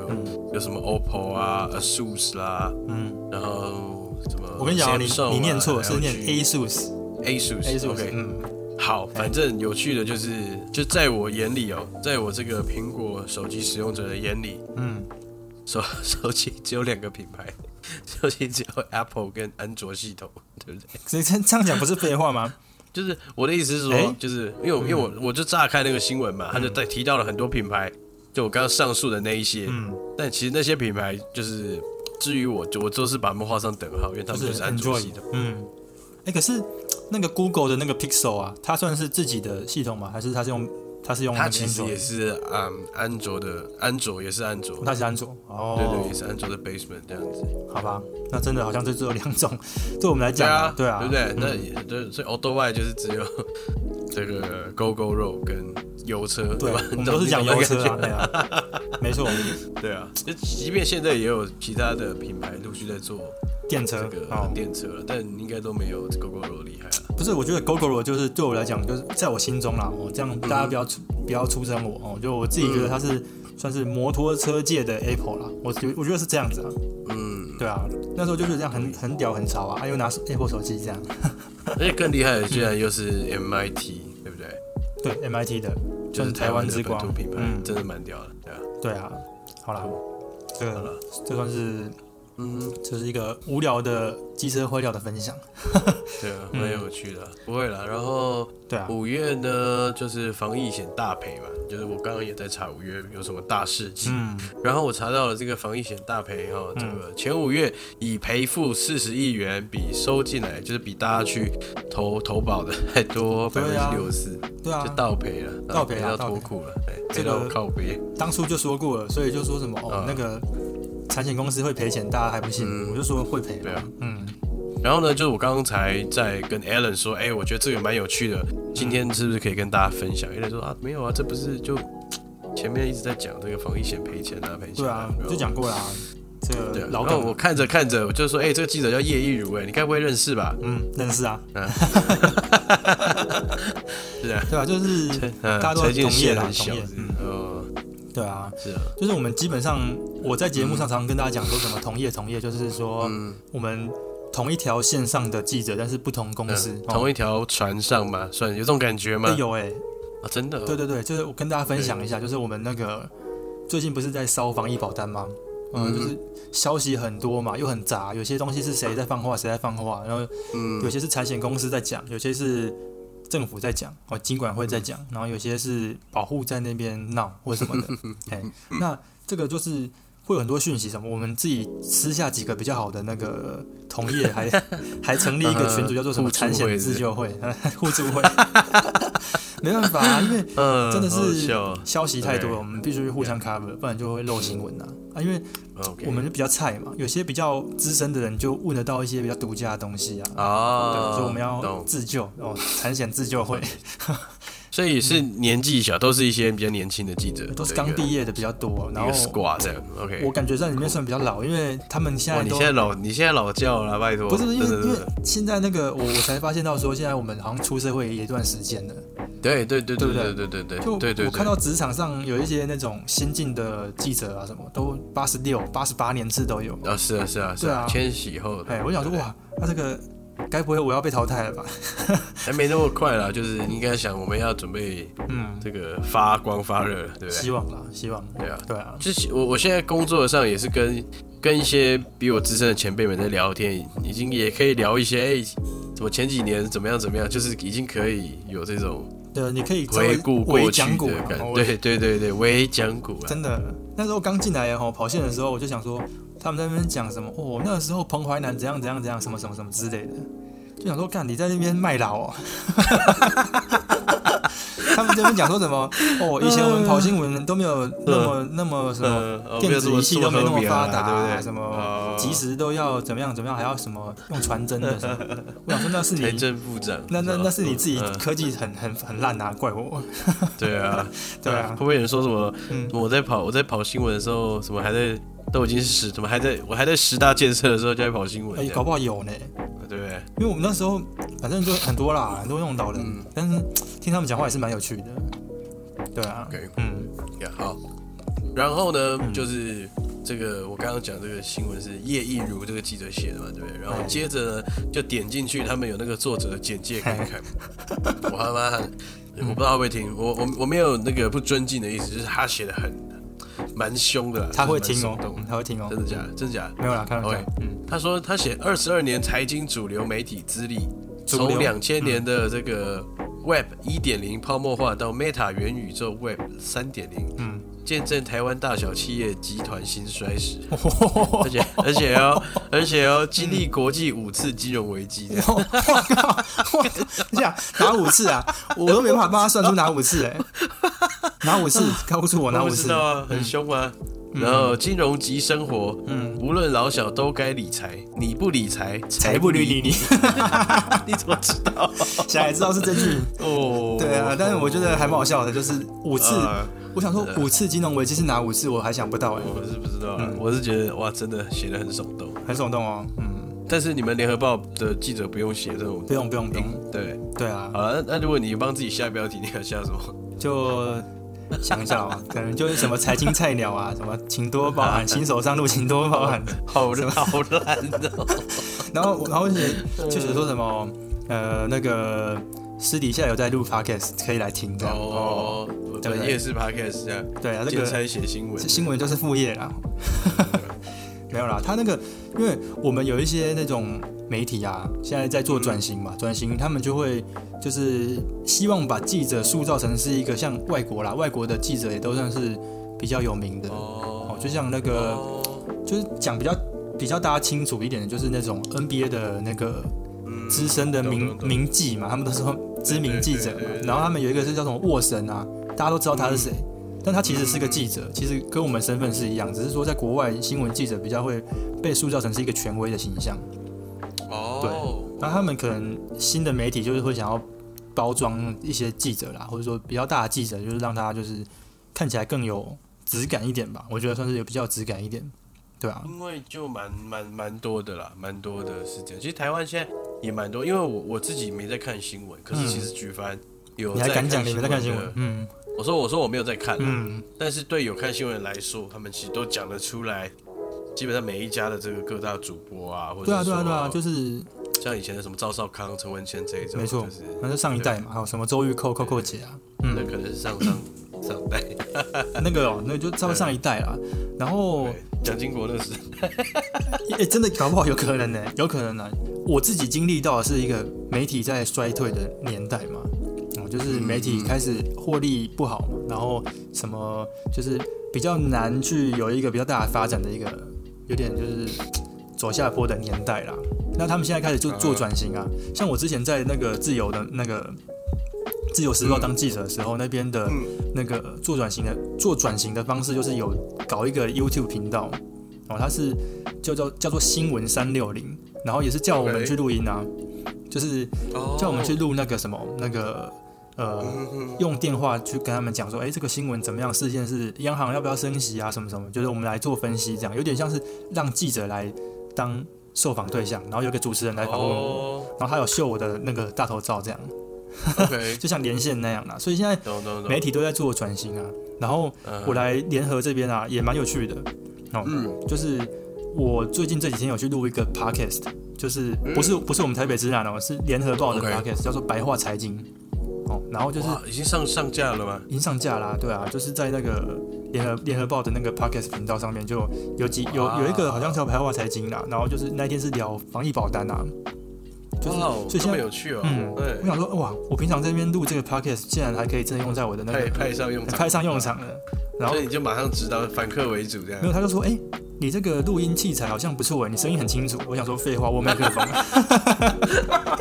S1: 有什么 OPPO 啊、ASUS 啦，
S2: 嗯，
S1: 然后什么，
S2: 我跟你讲啊，你你念错了，是念 ASUS。
S1: ASUS，ASUS，OK。
S2: ASUS，嗯，
S1: 好，反正有趣的就是，就在我眼里哦，在我这个苹果手机使用者的眼里，
S2: 嗯，
S1: 手 手机只有两个品牌， 手机只有 Apple 跟安卓系统，对不对？
S2: 所以这这样讲不是废 话吗？
S1: 就是我的意思是说
S2: 哎，
S1: 就是因为我因为我我就炸开那个新闻
S2: 嗯
S1: 嘛，他就在提到了很多品牌，就我刚刚上述的那一些，
S2: 嗯，
S1: 但其实那些品牌就是。至于我，我都是把他们画上等号，因为他
S2: 就
S1: 们就是是安卓系
S2: Android
S1: 统。。
S2: 嗯，哎，可是那个 Google 的那个 Pixel 啊，它算是自己的系统吗？还是它是用它是用那
S1: 它
S2: 个
S1: 其实也
S2: Android？
S1: 是嗯安卓的，安卓也是安卓，
S2: 它是安卓。哦，
S1: 对对，也是安卓的 basement 这样子。
S2: 好吧，那真的好像就只有两种，对我们来讲啊，
S1: 对
S2: 对啊，
S1: 对不对？那也对，所以 Auto Y 就是只有这个 Go Go Road 跟油车，
S2: 对，
S1: 吧？
S2: 我
S1: 你
S2: 们
S1: 懂
S2: 都是讲
S1: 你懂
S2: 油
S1: 那
S2: 车
S1: 个
S2: 啊，
S1: 感
S2: 对啊，没错，
S1: 觉对啊。就即便现在也有其他的品牌陆续在做
S2: 电
S1: 这
S2: 车
S1: 个
S2: 哦，
S1: 电车了，但应该都没有 Go Go Road 厉害啊了。
S2: 不是，我觉得 GoGo 就是对我来讲，就是在我心中啦，我这样大家不要出不要出征我哦，就我自己觉得它是算是摩托车界的 Apple 啦，我觉我觉得是这样子啊，
S1: 嗯，
S2: 对啊，那时候就是这样很很屌很潮啊，还有拿 Apple 手机这样，
S1: 而且更厉害的居然又是 MIT，对不对？
S2: 对 MIT 的，
S1: 就
S2: 算
S1: 是
S2: 是
S1: 台
S2: 台湾
S1: 湾的本
S2: 之
S1: 土
S2: 光，
S1: 品牌，
S2: 嗯
S1: 真的蛮屌的，对啊。
S2: 对啊，好啦，这
S1: 好
S2: 个
S1: 了，
S2: 这算是
S1: 嗯，
S2: 就是一个无聊的机车坏掉的分享，
S1: 对啊，
S2: 嗯
S1: 蛮有趣的啊，不会啦。然后
S2: 对啊，
S1: 五月呢，就是防疫险大赔嘛，就是我刚刚也在查五月有什么大事情。
S2: 嗯，
S1: 然后我查到了这个防疫险大赔哈，这个前五月已赔付四十亿元，比收进来就是比大家去投投保的还多百分
S2: 对啊
S1: 之六十四，
S2: 对
S1: 就
S2: 啊，
S1: 倒赔了，
S2: 倒赔啊
S1: 到脱裤了，哎赔
S2: 这
S1: 到
S2: 个
S1: 靠背。
S2: 当初就说过了，所以就说什么哦
S1: 啊，
S2: 那个产险公司会赔钱，大家还不信，
S1: 嗯
S2: 我就说会赔
S1: 对啊，
S2: 嗯，
S1: 然后呢，就是我刚才在跟 Alan 说，哎，我觉得这个蛮有趣的，今天是不是可以跟大家分享？Alan 说啊，没有啊，这不是就前面一直在讲这个防疫险赔钱啊赔钱
S2: 对啊
S1: 然，后
S2: 就讲过了啊，这
S1: 对
S2: 个
S1: 啊。
S2: 老
S1: 然后
S2: 梗
S1: 我，看着看着，我就说，哎，这个记者叫叶一如，哎，你该不会认识吧？
S2: 嗯，认识啊，
S1: 是啊。嗯
S2: 对啊，就是
S1: 大
S2: 家都
S1: 推
S2: 很
S1: 荐
S2: 同业
S1: 线
S2: 啦
S1: 很小
S2: 同业
S1: 是
S2: 嗯
S1: 哦，
S2: 对啊，
S1: 是啊，
S2: 就是我们基本上我在节目
S1: 嗯
S2: 上常常跟大家讲说什么同业同业，就是说我们同一条线上的记者，但是不同公司，
S1: 嗯
S2: 哦
S1: 同一条船上嘛，算有这种感觉吗
S2: 哎？有哎、
S1: 啊，真的哦，
S2: 对对对，就是我跟大家分享一下，就是我们那个最近不是在烧防疫保单吗？嗯，就是消息很多嘛，又很杂，有些东西是谁在放话，谁在放话，然后有
S1: 嗯，
S2: 些是产险公司在讲，有些是政府在讲，哦，金管会在讲， 然后有些是保护在那边闹或什么的。哎，那这个就是会有很多讯息什么，我们自己私下几个比较好的那个同 业还还成立一个群组，叫做什么
S1: 互助会
S2: 产险自救会、 互助会。没办法、啊，因为
S1: 嗯，
S2: 真的
S1: 好好
S2: 是
S1: 笑哦
S2: 消息太多了，
S1: 对
S2: 我们必须互相 cover，不然就会漏新闻呐、啊。啊，因为
S1: OK，
S2: 我们就比较菜嘛，有些比较资深的人就问得到一些比较独家的东西啊。对，
S1: 啊，
S2: 所以我们要
S1: 懂
S2: 自救哦，产险自 救会
S1: 所以是年纪小，都是一些比较年轻的记者，
S2: 嗯都是刚毕业的比较多，
S1: 然
S2: 然后
S1: 后 squad 这样，OK。
S2: 我感觉在里面算比较老，因为他们现
S1: 哇，
S2: 在
S1: 你
S2: 都
S1: 现在老，你现在老教了，拜托。
S2: 不是因为
S1: 真的
S2: 因为现在那个我我才发现到说，现在我们好像出社会也一段时间了，
S1: 对对对
S2: 对不
S1: 对对
S2: 对
S1: 对对
S2: 就
S1: 对对对，
S2: 我看到职场上有一些那种新进的记者啊，什么都八十六、八十八年次都有。
S1: 啊，是啊是啊是
S2: 对
S1: 啊，
S2: 啊
S1: 千禧以后的，
S2: 哎，我想说哇，那、这个该不会我要被淘汰了吧？
S1: 还没那么快啦，就是应该想我们要准备
S2: 嗯，
S1: 这个发光发热了，对不对
S2: 希？望啦，希望。
S1: 对啊，
S2: 对啊，
S1: 之前我我现在工作上也是跟跟一些比我资深的前辈们在聊天，已经也可以聊一些哎，怎么前几年怎么样怎么样，就是已经可以有这种
S2: 对，啊你可以
S1: 回顾过
S2: 微
S1: 去
S2: 讲古
S1: 的
S2: 啊
S1: 感，
S2: 哦
S1: 觉，对对对对，微讲古啊，
S2: 真的，那时候刚进来吼，跑线的时候，我就想说，他们在那边讲什么哦，那个时候彭淮南怎样怎样怎样，什么什么什么之类的，就想说，干你在那边卖老哦。 他们这边讲说什么哦，以前我们跑新闻都没有那么、那么什么。
S1: 嗯呃，哦
S2: 电子仪器都没那么发达、啊
S1: 对不对？
S2: 什
S1: 哦
S2: 么即时都要怎么样怎么样，还要什么用传真 的什么？我想说那是
S1: 财
S2: 你，
S1: 政部长，
S2: 那那
S1: 吧
S2: 那是你自己
S1: 嗯
S2: 科技很很很烂啊，怪我。
S1: 对啊，
S2: 对啊
S1: 会不会有人说什么？
S2: 嗯
S1: 什么我在跑我在跑新闻的时候，什么还在都已经是十，怎么还在我还在十大建设的时候就在跑新闻这
S2: 哎、
S1: 样，
S2: 搞不好有呢。
S1: 对不对？
S2: 因为我们那时候反正就很多啦，很多那种老人，
S1: 嗯
S2: 但是听他们讲话也是蛮有趣的。对啊
S1: OK
S2: 嗯，
S1: 呀好，然后呢，就是这个我刚刚讲这个新闻是叶一如这个记者写的嘛，对不对？然后
S2: 哎
S1: 接着呢就点进去，他们有那个作者的简介可以看。我他妈的，我不知道会不会听，我我我没有那个不尊敬的意思，就是他写的很蛮凶的啦，
S2: 他会
S1: 就是
S2: 听
S1: 蛮
S2: 哦
S1: 耸、动
S2: 嗯
S1: 的
S2: 他会听哦、
S1: 真的假的？真的假的？
S2: 没有啦，开玩笑。
S1: OK
S2: 嗯，
S1: 他说他写二十二年财经主流媒体资历，
S2: 主
S1: 从
S2: 流嗯
S1: 两千年的这个 Web 一点零泡沫化到 Meta 元宇宙 Web 三点零，
S2: 嗯，
S1: 见证台湾大小企业集团兴衰 史，而且而且哦，而且哦，经历国际五次金融危机，
S2: 我靠！我你想哪五次啊？我都没办法帮他算出哪五次哎、 哪五次？告诉我哪
S1: 我
S2: 五
S1: 不知
S2: 次？
S1: 道啊，很凶吗？然后金融及生活，
S2: 嗯
S1: 无论老小都该理财，你不理财，
S2: 才不理你，你，
S1: 你怎么知 道？
S2: 想也知道是 这句。
S1: 哦，
S2: 对啊，但是我觉得还蛮好笑的，就是五次。
S1: 呃
S2: 我想说五次金融危机是哪五次？我还想不到哎、
S1: 我是不知道啊，我是觉得哇，真的写的很耸动。
S2: 很耸动哦。嗯，
S1: 但是你们联合报的记者不用写这种
S2: 不，用不用不用。
S1: 对，
S2: 对啊，
S1: 好了，那那如果你帮自己下标题，你要下什么？
S2: 就想一下啊， 可能就是什么财经菜鸟啊，什么请多包涵，新手上路请多包涵。
S1: 好烂， 好烂哦的，
S2: 然后然后写就是说什么呃那个私底下有在录 podcast 可以来听这样。哦，
S1: 哦，
S2: 对
S1: 本夜市 podcast 啊，
S2: 对啊，这
S1: 兼
S2: 个
S1: 差写新闻，
S2: 新闻就是副业啦。 没有啦，他那个，因为我们有一些那种媒体啊，现在在做转型嘛，转型他们就会就是希望把记者塑造成是一个像外国啦，外国的记者也都算是比较有名的哦
S1: 哦，
S2: 就像那个
S1: 哦，
S2: 就是讲比较比较大家清楚一点的，就是那种 NBA 的那个
S1: 嗯
S2: 资深的
S1: 懂
S2: 名
S1: 懂懂
S2: 名记嘛，他们都是知名记者嘛
S1: 对对对对，对
S2: 然后他们有一个是叫什么沃神啊，大家都知道他是谁，
S1: 嗯
S2: 但他其实是个记者，其实跟我们身份是一样，只是说在国外新闻记者比较会被塑造成是一个权威的形象，
S1: 哦，
S2: 那他们可能新的媒体就是会想要包装一些记者啦，或者说比较大的记者，就是让他就是看起来更有质感一点吧，我觉得算是有比较有质感一点，对啊，
S1: 因为就蛮蛮蛮多的啦，蛮多的是这样。其实台湾现在也蛮多，因为我我自己没在看新闻，可是其实举凡有
S2: 嗯你还敢讲你没在看新
S1: 的
S2: 闻？嗯
S1: 我说我说我没有在看啊、
S2: 嗯，
S1: 但是对有看新闻人来说，他们其实都讲得出来。基本上每一家的这个各大主播啊，或者
S2: 对啊对啊
S1: 说
S2: 对啊，就是
S1: 像以前的什么赵少康、陈文谦这一种，
S2: 没错
S1: 就是
S2: 那是上一代嘛，还有什么周玉蔻、蔻蔻姐啊，
S1: 那
S2: 嗯，
S1: 可能是上上上代，
S2: 那个哦，那个就稍微上一代啦。然后
S1: 对，蒋经国那时，
S2: 诶，欸真的搞不好有可能呢、有可能呢、我自己经历到的是一个媒体在衰退的年代嘛，哦、就是媒体开始获利不好嘛，然后什么就是比较难去有一个比较大的发展的一个，有点就是走下坡的年代啦。那他们现在开始就做转型啊，像我之前在那个自由的那个自由时报当记者的时候，那边的那个做转型的做转型的方式，就是有搞一个 YouTube 频道哦，它是叫做叫做新闻三六零，然后也是叫我们
S1: OK
S2: 去录音啊，就是
S1: 哦
S2: 叫我们去录那个什么那个呃。用电话去跟他们讲说，哎，这个新闻怎么样？事件是央行要不要升息啊？什么什么？就是我们来做分析，这样有点像是让记者来当受访对象，然后有个主持人来访问我，
S1: 哦
S2: 然后还有秀我的那个大头照，这样
S1: ，OK，
S2: 就像连线那样啦。所以现在
S1: 懂懂懂
S2: 媒，体都在做转型啊，然后
S1: 嗯
S2: 我来联合这边啊，也蛮有趣的哦。
S1: 嗯
S2: 就是我最近这几天有去录一个 podcast，就是不是不是我们台北之南哦，是联合报的
S1: 嗯 OK
S2: podcast，叫做白话财经哦，然后就是
S1: 哇，已经上上架了吗？
S2: 已经上架啦、对啊，就是在那个联合联合报的那个 podcast 频道上面就有几有
S1: 哇
S2: 有一个好像叫白话财经啦，然后就是那一天是聊防疫保单啊，就是、
S1: 哇哦，
S2: 所以
S1: 这
S2: 现
S1: 么
S2: 在
S1: 有趣哦，
S2: 嗯
S1: 对
S2: 我，想说哇，我平常这边录这个 podcast 竟然还可以真的用在我的那
S1: 派
S2: 个
S1: 派上用场，
S2: 派上用场了，然后
S1: 所以你就马上指导反客为主这样
S2: 没。有他就说哎、你这个录音器材好像不错哎，你声音很清楚。我想说废话，我麦克风，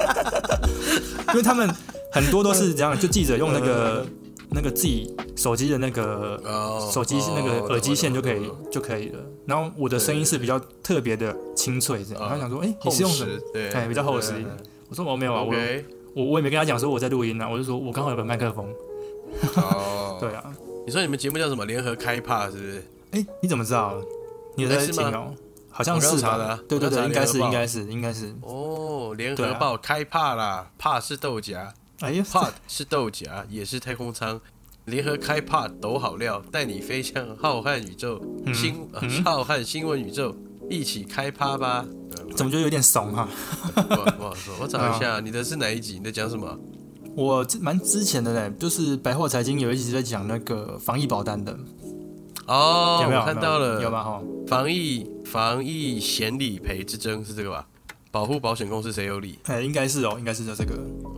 S2: 因为他们很多都是这样，就记者用那个那个自己手机的那个
S1: 哦，
S2: 手机那个耳机线就可以就可以了。然后我的声音是比较特别的清脆，这样。
S1: 嗯
S2: 他想说，哎，你
S1: 厚
S2: 是用什么
S1: 实？，对，
S2: 哎比较厚实一点我说我没有啊，我
S1: OK，
S2: 我我也没跟他讲说我在录音啊，我就说我刚好有个麦克风。
S1: 哦，
S2: 对，啊，
S1: 你说你们节目叫什么？联合开趴是不是？
S2: 哎，你怎么知道？你有在
S1: 哎是吗
S2: 听哦？好像
S1: 我
S2: 是
S1: 刚查
S2: 吧
S1: 的啊
S2: 对对
S1: 我刚
S2: 对，
S1: 查
S2: 应该是
S1: 联合报
S2: 应该是应该是。
S1: 哦，联
S2: 对
S1: 合
S2: 啊
S1: 报开帕啦，帕是豆荚，
S2: 哎呀，
S1: 帕是豆荚，也是太空舱。联合开帕抖好料，带你飞向浩瀚宇宙，
S2: 嗯
S1: 新、呃
S2: 嗯
S1: 浩瀚新闻宇宙，一起开趴吧！
S2: 怎么就有点怂哈、啊？
S1: 我我我说，我找一下，你的是哪一集？你在讲什么？
S2: 我之蛮之前的嘞，就是百货财经有一集在讲那个防疫保单的，
S1: 哦，
S2: 有没有？
S1: 我看到了，
S2: 有吧？哦哈，
S1: 防疫防疫险理赔之争是这个吧？保护保险公司谁有理
S2: 哎，应该是哦，应该是就这个。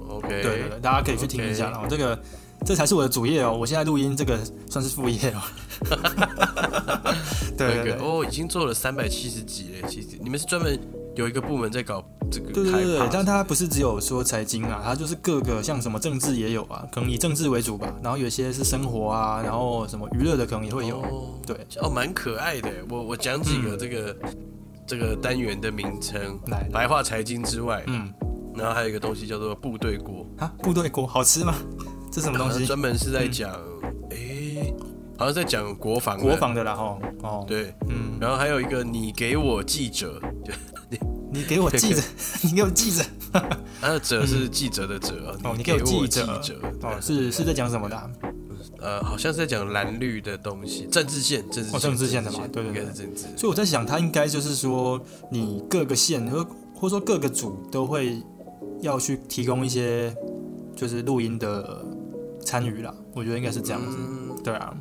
S1: ？OK，
S2: 对对对，大家可以去听一下啦。哦这个这才是我的主业哦，我现在录音这个算是 副业哦。对对
S1: 那个
S2: 对。
S1: 哦，已经做了三百七十集了。其实你们是专门有一个部门在搞这个
S2: 对对
S1: 开
S2: 对对
S1: 发，
S2: 但它不是只有说财经啊，它就是各个像什么政治也有啊，可能以政治为主吧，然后有一些是生活啊，然后什么娱乐的可能也会有。
S1: 哦
S2: 对，
S1: 哦，蛮可爱的。我我讲几个这个、这个单元的名称，
S2: 来来，
S1: 白话财经之外，
S2: 嗯，
S1: 然后还有一个东西叫做部队锅，
S2: 啊，部队锅好吃吗？这什么东
S1: 它
S2: 西？嗯
S1: 专门是在讲，诶，好像在讲国防的
S2: 国防的啦，吼，哦，
S1: 对，
S2: 嗯，
S1: 然后还有一个你给我记者，
S2: 你给我记着，你给我记着，
S1: 他的者是记者的者啊
S2: 嗯哦，你
S1: 你
S2: 给
S1: 给
S2: 我
S1: 我
S2: 记
S1: 者
S2: 着，哦，是是在讲什么的啊？
S1: 呃，好像是在讲蓝绿的东西，政治线，政治
S2: 哦政治线的嘛对对
S1: 应
S2: 对
S1: 该是政治。
S2: 所以我在想，他应该就是说，你各个县或或者说各个组都会要去提供一些就是录音的参与啦。我觉得应该是这样子，
S1: 嗯，
S2: 对啊，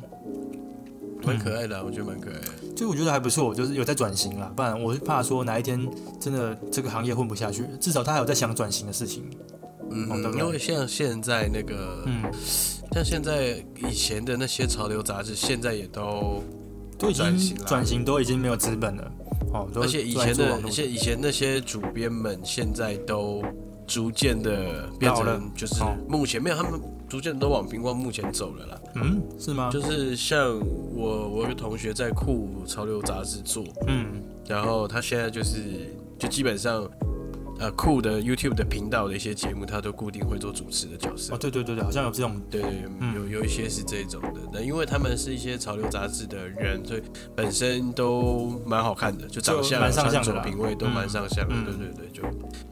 S1: 蛮可爱的啊，我觉得蛮可爱的。
S2: 就我觉得还不错，就是有在转型啦。不然我是怕说哪一天真的这个行业混不下去，至少他还有在想转型的事情。
S1: 嗯
S2: 懂懂，懂
S1: 因为像现在那个，
S2: 哦嗯，
S1: 像现在以前的那些潮流杂志，现在也都，
S2: 都已
S1: 哦转
S2: 经
S1: 型啦
S2: 转型都已经没有资本了，哦，都
S1: 而且以
S2: 都在
S1: 前
S2: 做
S1: 的
S2: 网，络
S1: 而且以前那些主编们，现在都逐渐的变
S2: 老了
S1: 成，就是
S2: 哦
S1: 目前没有他们逐渐都往平光目前走了啦。
S2: 嗯，是吗？
S1: 就是像我，我有个同学在酷潮流杂志做，
S2: 嗯，
S1: 然后他现在就是就基本上，呃，酷的 YouTube 的频道的一些节目，他都固定会做主持的角色。
S2: 哦，对对对对，好像有这种，
S1: 对对，
S2: 嗯
S1: 有有一些是这种的，那因为他们是一些潮流杂志的人，所以本身都蛮好看的，就长相、
S2: 蛮上相的啦
S1: 穿着品味都蛮上相的，
S2: 嗯
S1: 对对对，就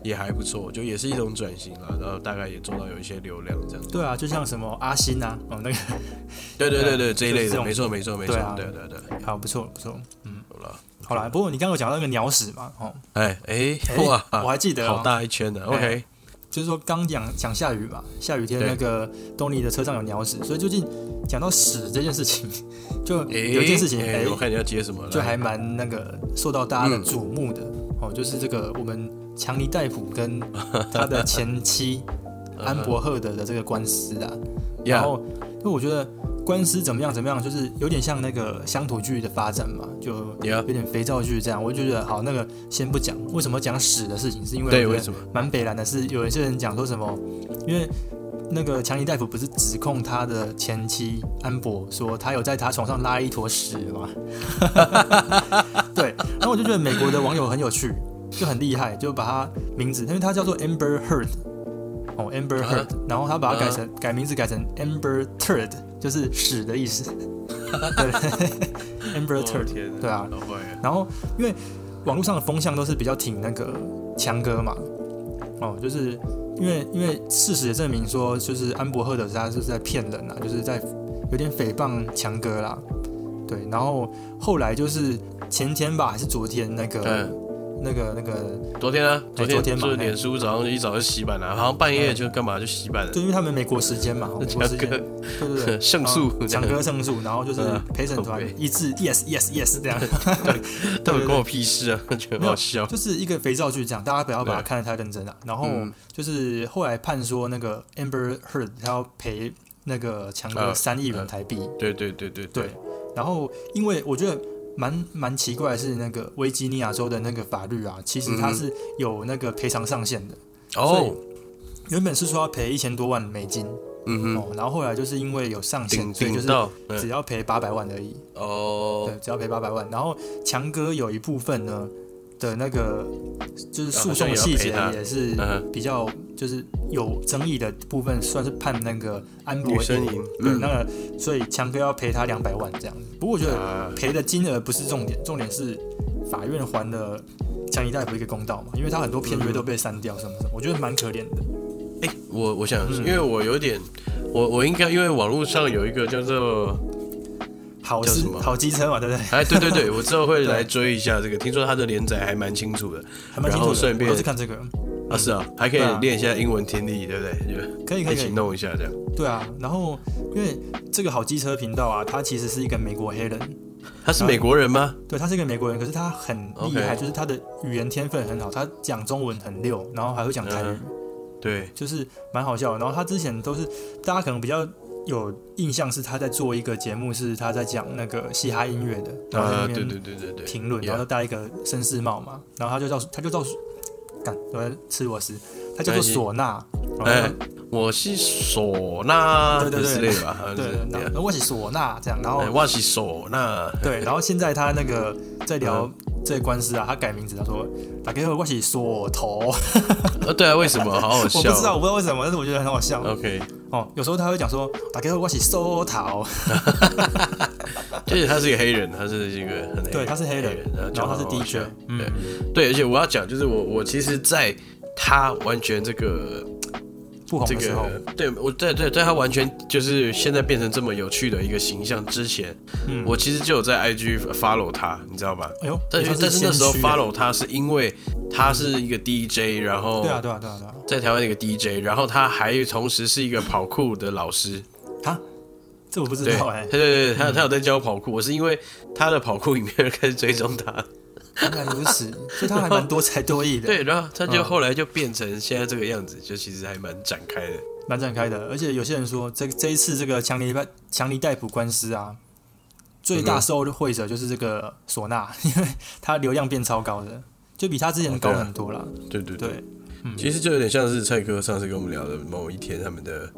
S1: 也还不错，就也是一种转型啦，然后大概也做到有一些流量这样。
S2: 对啊，就像什么阿星啊，哦，那个
S1: 对对对对，
S2: 啊就
S1: 这
S2: 是
S1: 一类
S2: 这
S1: 的，
S2: 种
S1: 没错没错没错，
S2: 对啊
S1: 对对对，
S2: 好，不错不错，嗯，
S1: 好了，
S2: 好啦，不过你刚刚有讲到那个鸟屎嘛，哦，
S1: 哎哎
S2: 哎我
S1: 哇，
S2: 还记得、
S1: 好
S2: 哦，
S1: 大一圈的
S2: 哎
S1: ，OK，
S2: 就是说刚讲讲下雨嘛，下雨天
S1: 对
S2: 那个东尼的车上有鸟屎，所以最近讲到屎这件事情， 就有一件事情，哎、
S1: 哎，我看你要接什么了，
S2: 就还蛮那个受到大家的瞩目的、哦，就是这个我们强尼戴普跟他的 嗯前妻安博赫德的这个官司啊，
S1: 呀
S2: 然后就我觉得官司怎么样怎么样，就是有点像那个乡土剧的发展嘛，就
S1: Yeah
S2: 有点肥皂剧这样。我就觉得好，那个先不讲，为什么讲屎的事情？是因为
S1: 对，
S2: 我觉
S1: 为
S2: 得
S1: 什么？
S2: 蛮北蓝的是，有一些人讲说什么，因为那个强尼大夫不是指控他的前妻安博说他有在他床上拉一坨屎吗？ 对，然后我就觉得美国的网友很有趣，就很厉害，就把他名字，因为他叫做 Amber Heard，哦 Amber
S1: 啊
S2: Heard，、然后他把它改成、改名字改成 Amber Turd，就是屎的意思。 对，Amber Turd，
S1: 天哪
S2: 对啊
S1: 好坏啊
S2: 然后因为网络上的风向都是比较挺那个强哥嘛，哦，就是因为因为事实也证明说，就是安博赫德他是在骗人啊，就是在有点诽谤强哥啦，对。然后后来就是前天吧，还是昨天那个、
S1: 对
S2: 那个那个，
S1: 昨天呢？
S2: 对
S1: 天
S2: 昨天嘛嗯
S1: 就是脸书早上一早就洗版了，好像半夜就干嘛就洗版了
S2: 就。因为他们美国时间嘛，哦美国时间，对
S1: 哥
S2: 对 对，
S1: 胜诉
S2: 嗯强 哥胜诉，然后就是
S1: 嗯
S2: 陪审团
S1: 靠北
S2: 一致 yes yes yes 这样。
S1: 到底关我屁事啊？ 觉得很好笑。
S2: 就是一个肥皂剧这样，大家不要把它
S1: 对
S2: 看得太认真了、啊然后
S1: 嗯
S2: 就是后来判说那个 Amber Heard 他要赔那个强哥
S1: 呃
S2: 三亿元
S1: 呃
S2: 台币，
S1: 对对对对
S2: 对。然后因为我觉得蛮蛮奇怪的是，那个维吉尼亚州的那个法律啊，其实它
S1: 嗯
S2: 是有那个赔偿上限的，所
S1: 哦，
S2: 原本是说要赔一千多万美金、
S1: 嗯哼，
S2: 哦，然后后来就是因为有上限，
S1: 顶
S2: 所以就
S1: 顶
S2: 是
S1: 到
S2: 只
S1: 嗯
S2: 要赔八百万而已。
S1: 哦
S2: 对，，只要赔八百万。然后强哥有一部分呢的那个就是诉讼细节
S1: 啊好像也要赔他
S2: 也是
S1: 嗯
S2: 比较就是有争议的部分，算是判那个安博
S1: 女生
S2: 赢。
S1: 赢，
S2: 对，那个所以强哥要赔他两百万这样子。不过我觉得
S1: 啊，
S2: 赔的金额不是重点，重点是法院还了强尼大夫一个公道嘛，因为他很多片约
S1: 嗯
S2: 都被删掉什么什么，我觉得蛮可怜的。
S1: 哎，我我想，
S2: 嗯
S1: 因为我有点，我我应该因为网络上有一个叫做，
S2: 好
S1: 叫
S2: 是
S1: 什么
S2: 好机车嘛，对不对？
S1: 哎，对对对，我之后会
S2: 对
S1: 来追一下这个，听说它的连载还蛮清楚的
S2: 还蛮
S1: 然
S2: 清楚
S1: 后
S2: 的，
S1: 顺便
S2: 我都是看这个，
S1: 啊，是啊，还可以
S2: 对啊
S1: 练一下英文听力，对不对？
S2: 可以
S1: 就
S2: 啊可
S1: 一
S2: 以可
S1: 起
S2: 以。
S1: 弄一下这样。
S2: 对啊，然后因为这个好机车频道啊，他其实是一个美国黑人，
S1: 他是美国人吗？
S2: 对他是一个美国人，可是他很厉害
S1: OK
S2: 就是他的语言天分很好，他讲中文很溜，然后还会讲台语
S1: 嗯对，
S2: 就是蛮好笑的。然后他之前都是大家可能比较有印象是他在做一个节目，是他在讲那个嘻哈音乐的，然后在
S1: 啊，
S2: 那
S1: 对对
S2: 边
S1: 对对对，
S2: 评论，然后
S1: Yeah
S2: 就戴一个绅士帽嘛，然后他就叫他就叫干，我在吃我食，他叫做
S1: 没关系
S2: 唢呐，然后
S1: 哎，我是唢呐，
S2: 对对对
S1: 之类的吧，好像
S2: 对
S1: 哎是
S2: 对，然后我是唢呐这样，然后
S1: 哎我是唢呐，
S2: 对，然后现在他那个在
S1: 嗯
S2: 聊这官司啊，他改名字，他说打给我我是锁头，我
S1: 呃，对啊，为什么？好好
S2: 不
S1: 笑。哦嗯
S2: 知道 我不知道为什么，但是我觉得很好笑
S1: OK，
S2: 哦。有时候他会讲说打给我我是锁头，
S1: 就是他是一个黑人，他是一个很黑
S2: 对，他是黑人，然后他是
S1: 讲话
S2: DJ，
S1: 很好笑
S2: 嗯，
S1: 对对，而且我要讲，就是我我其实，在他完全这个
S2: 不红
S1: 这
S2: 的时候，哎
S1: 个，对我在对在他完全就是现在变成这么有趣的一个形象之前，
S2: 嗯
S1: 我其实就有在 IG follow 他，你知道吧？
S2: 哎呦，
S1: 但
S2: 也
S1: 是
S2: 算
S1: 但是那时候
S2: 先驱啊
S1: follow 他是因为他是一个 DJ，然后
S2: 对啊对啊对啊对啊，
S1: 在台湾的一个 DJ，然后他还同时是一个跑酷的老师，
S2: 他这 我不知
S1: 对，
S2: 道哎
S1: 对，对对，他他有在教跑酷，我是因为他的跑酷影片而开始追踪他，
S2: 原来如此，所以他还蛮多才多艺的，
S1: 对，然后他就
S2: 嗯
S1: 后来就变成现在这个样子，就其实还蛮展开的，
S2: 蛮展开的。而且有些人说，这这一次这个强尼拜强尼逮捕官司啊，最大受惠者就是这个唢呐，因为 他流量变超高的，就比他之前高很多了。
S1: 对哦对啊
S2: 对，
S1: 其实就有点像是蔡哥上次跟我们聊的某一天他们的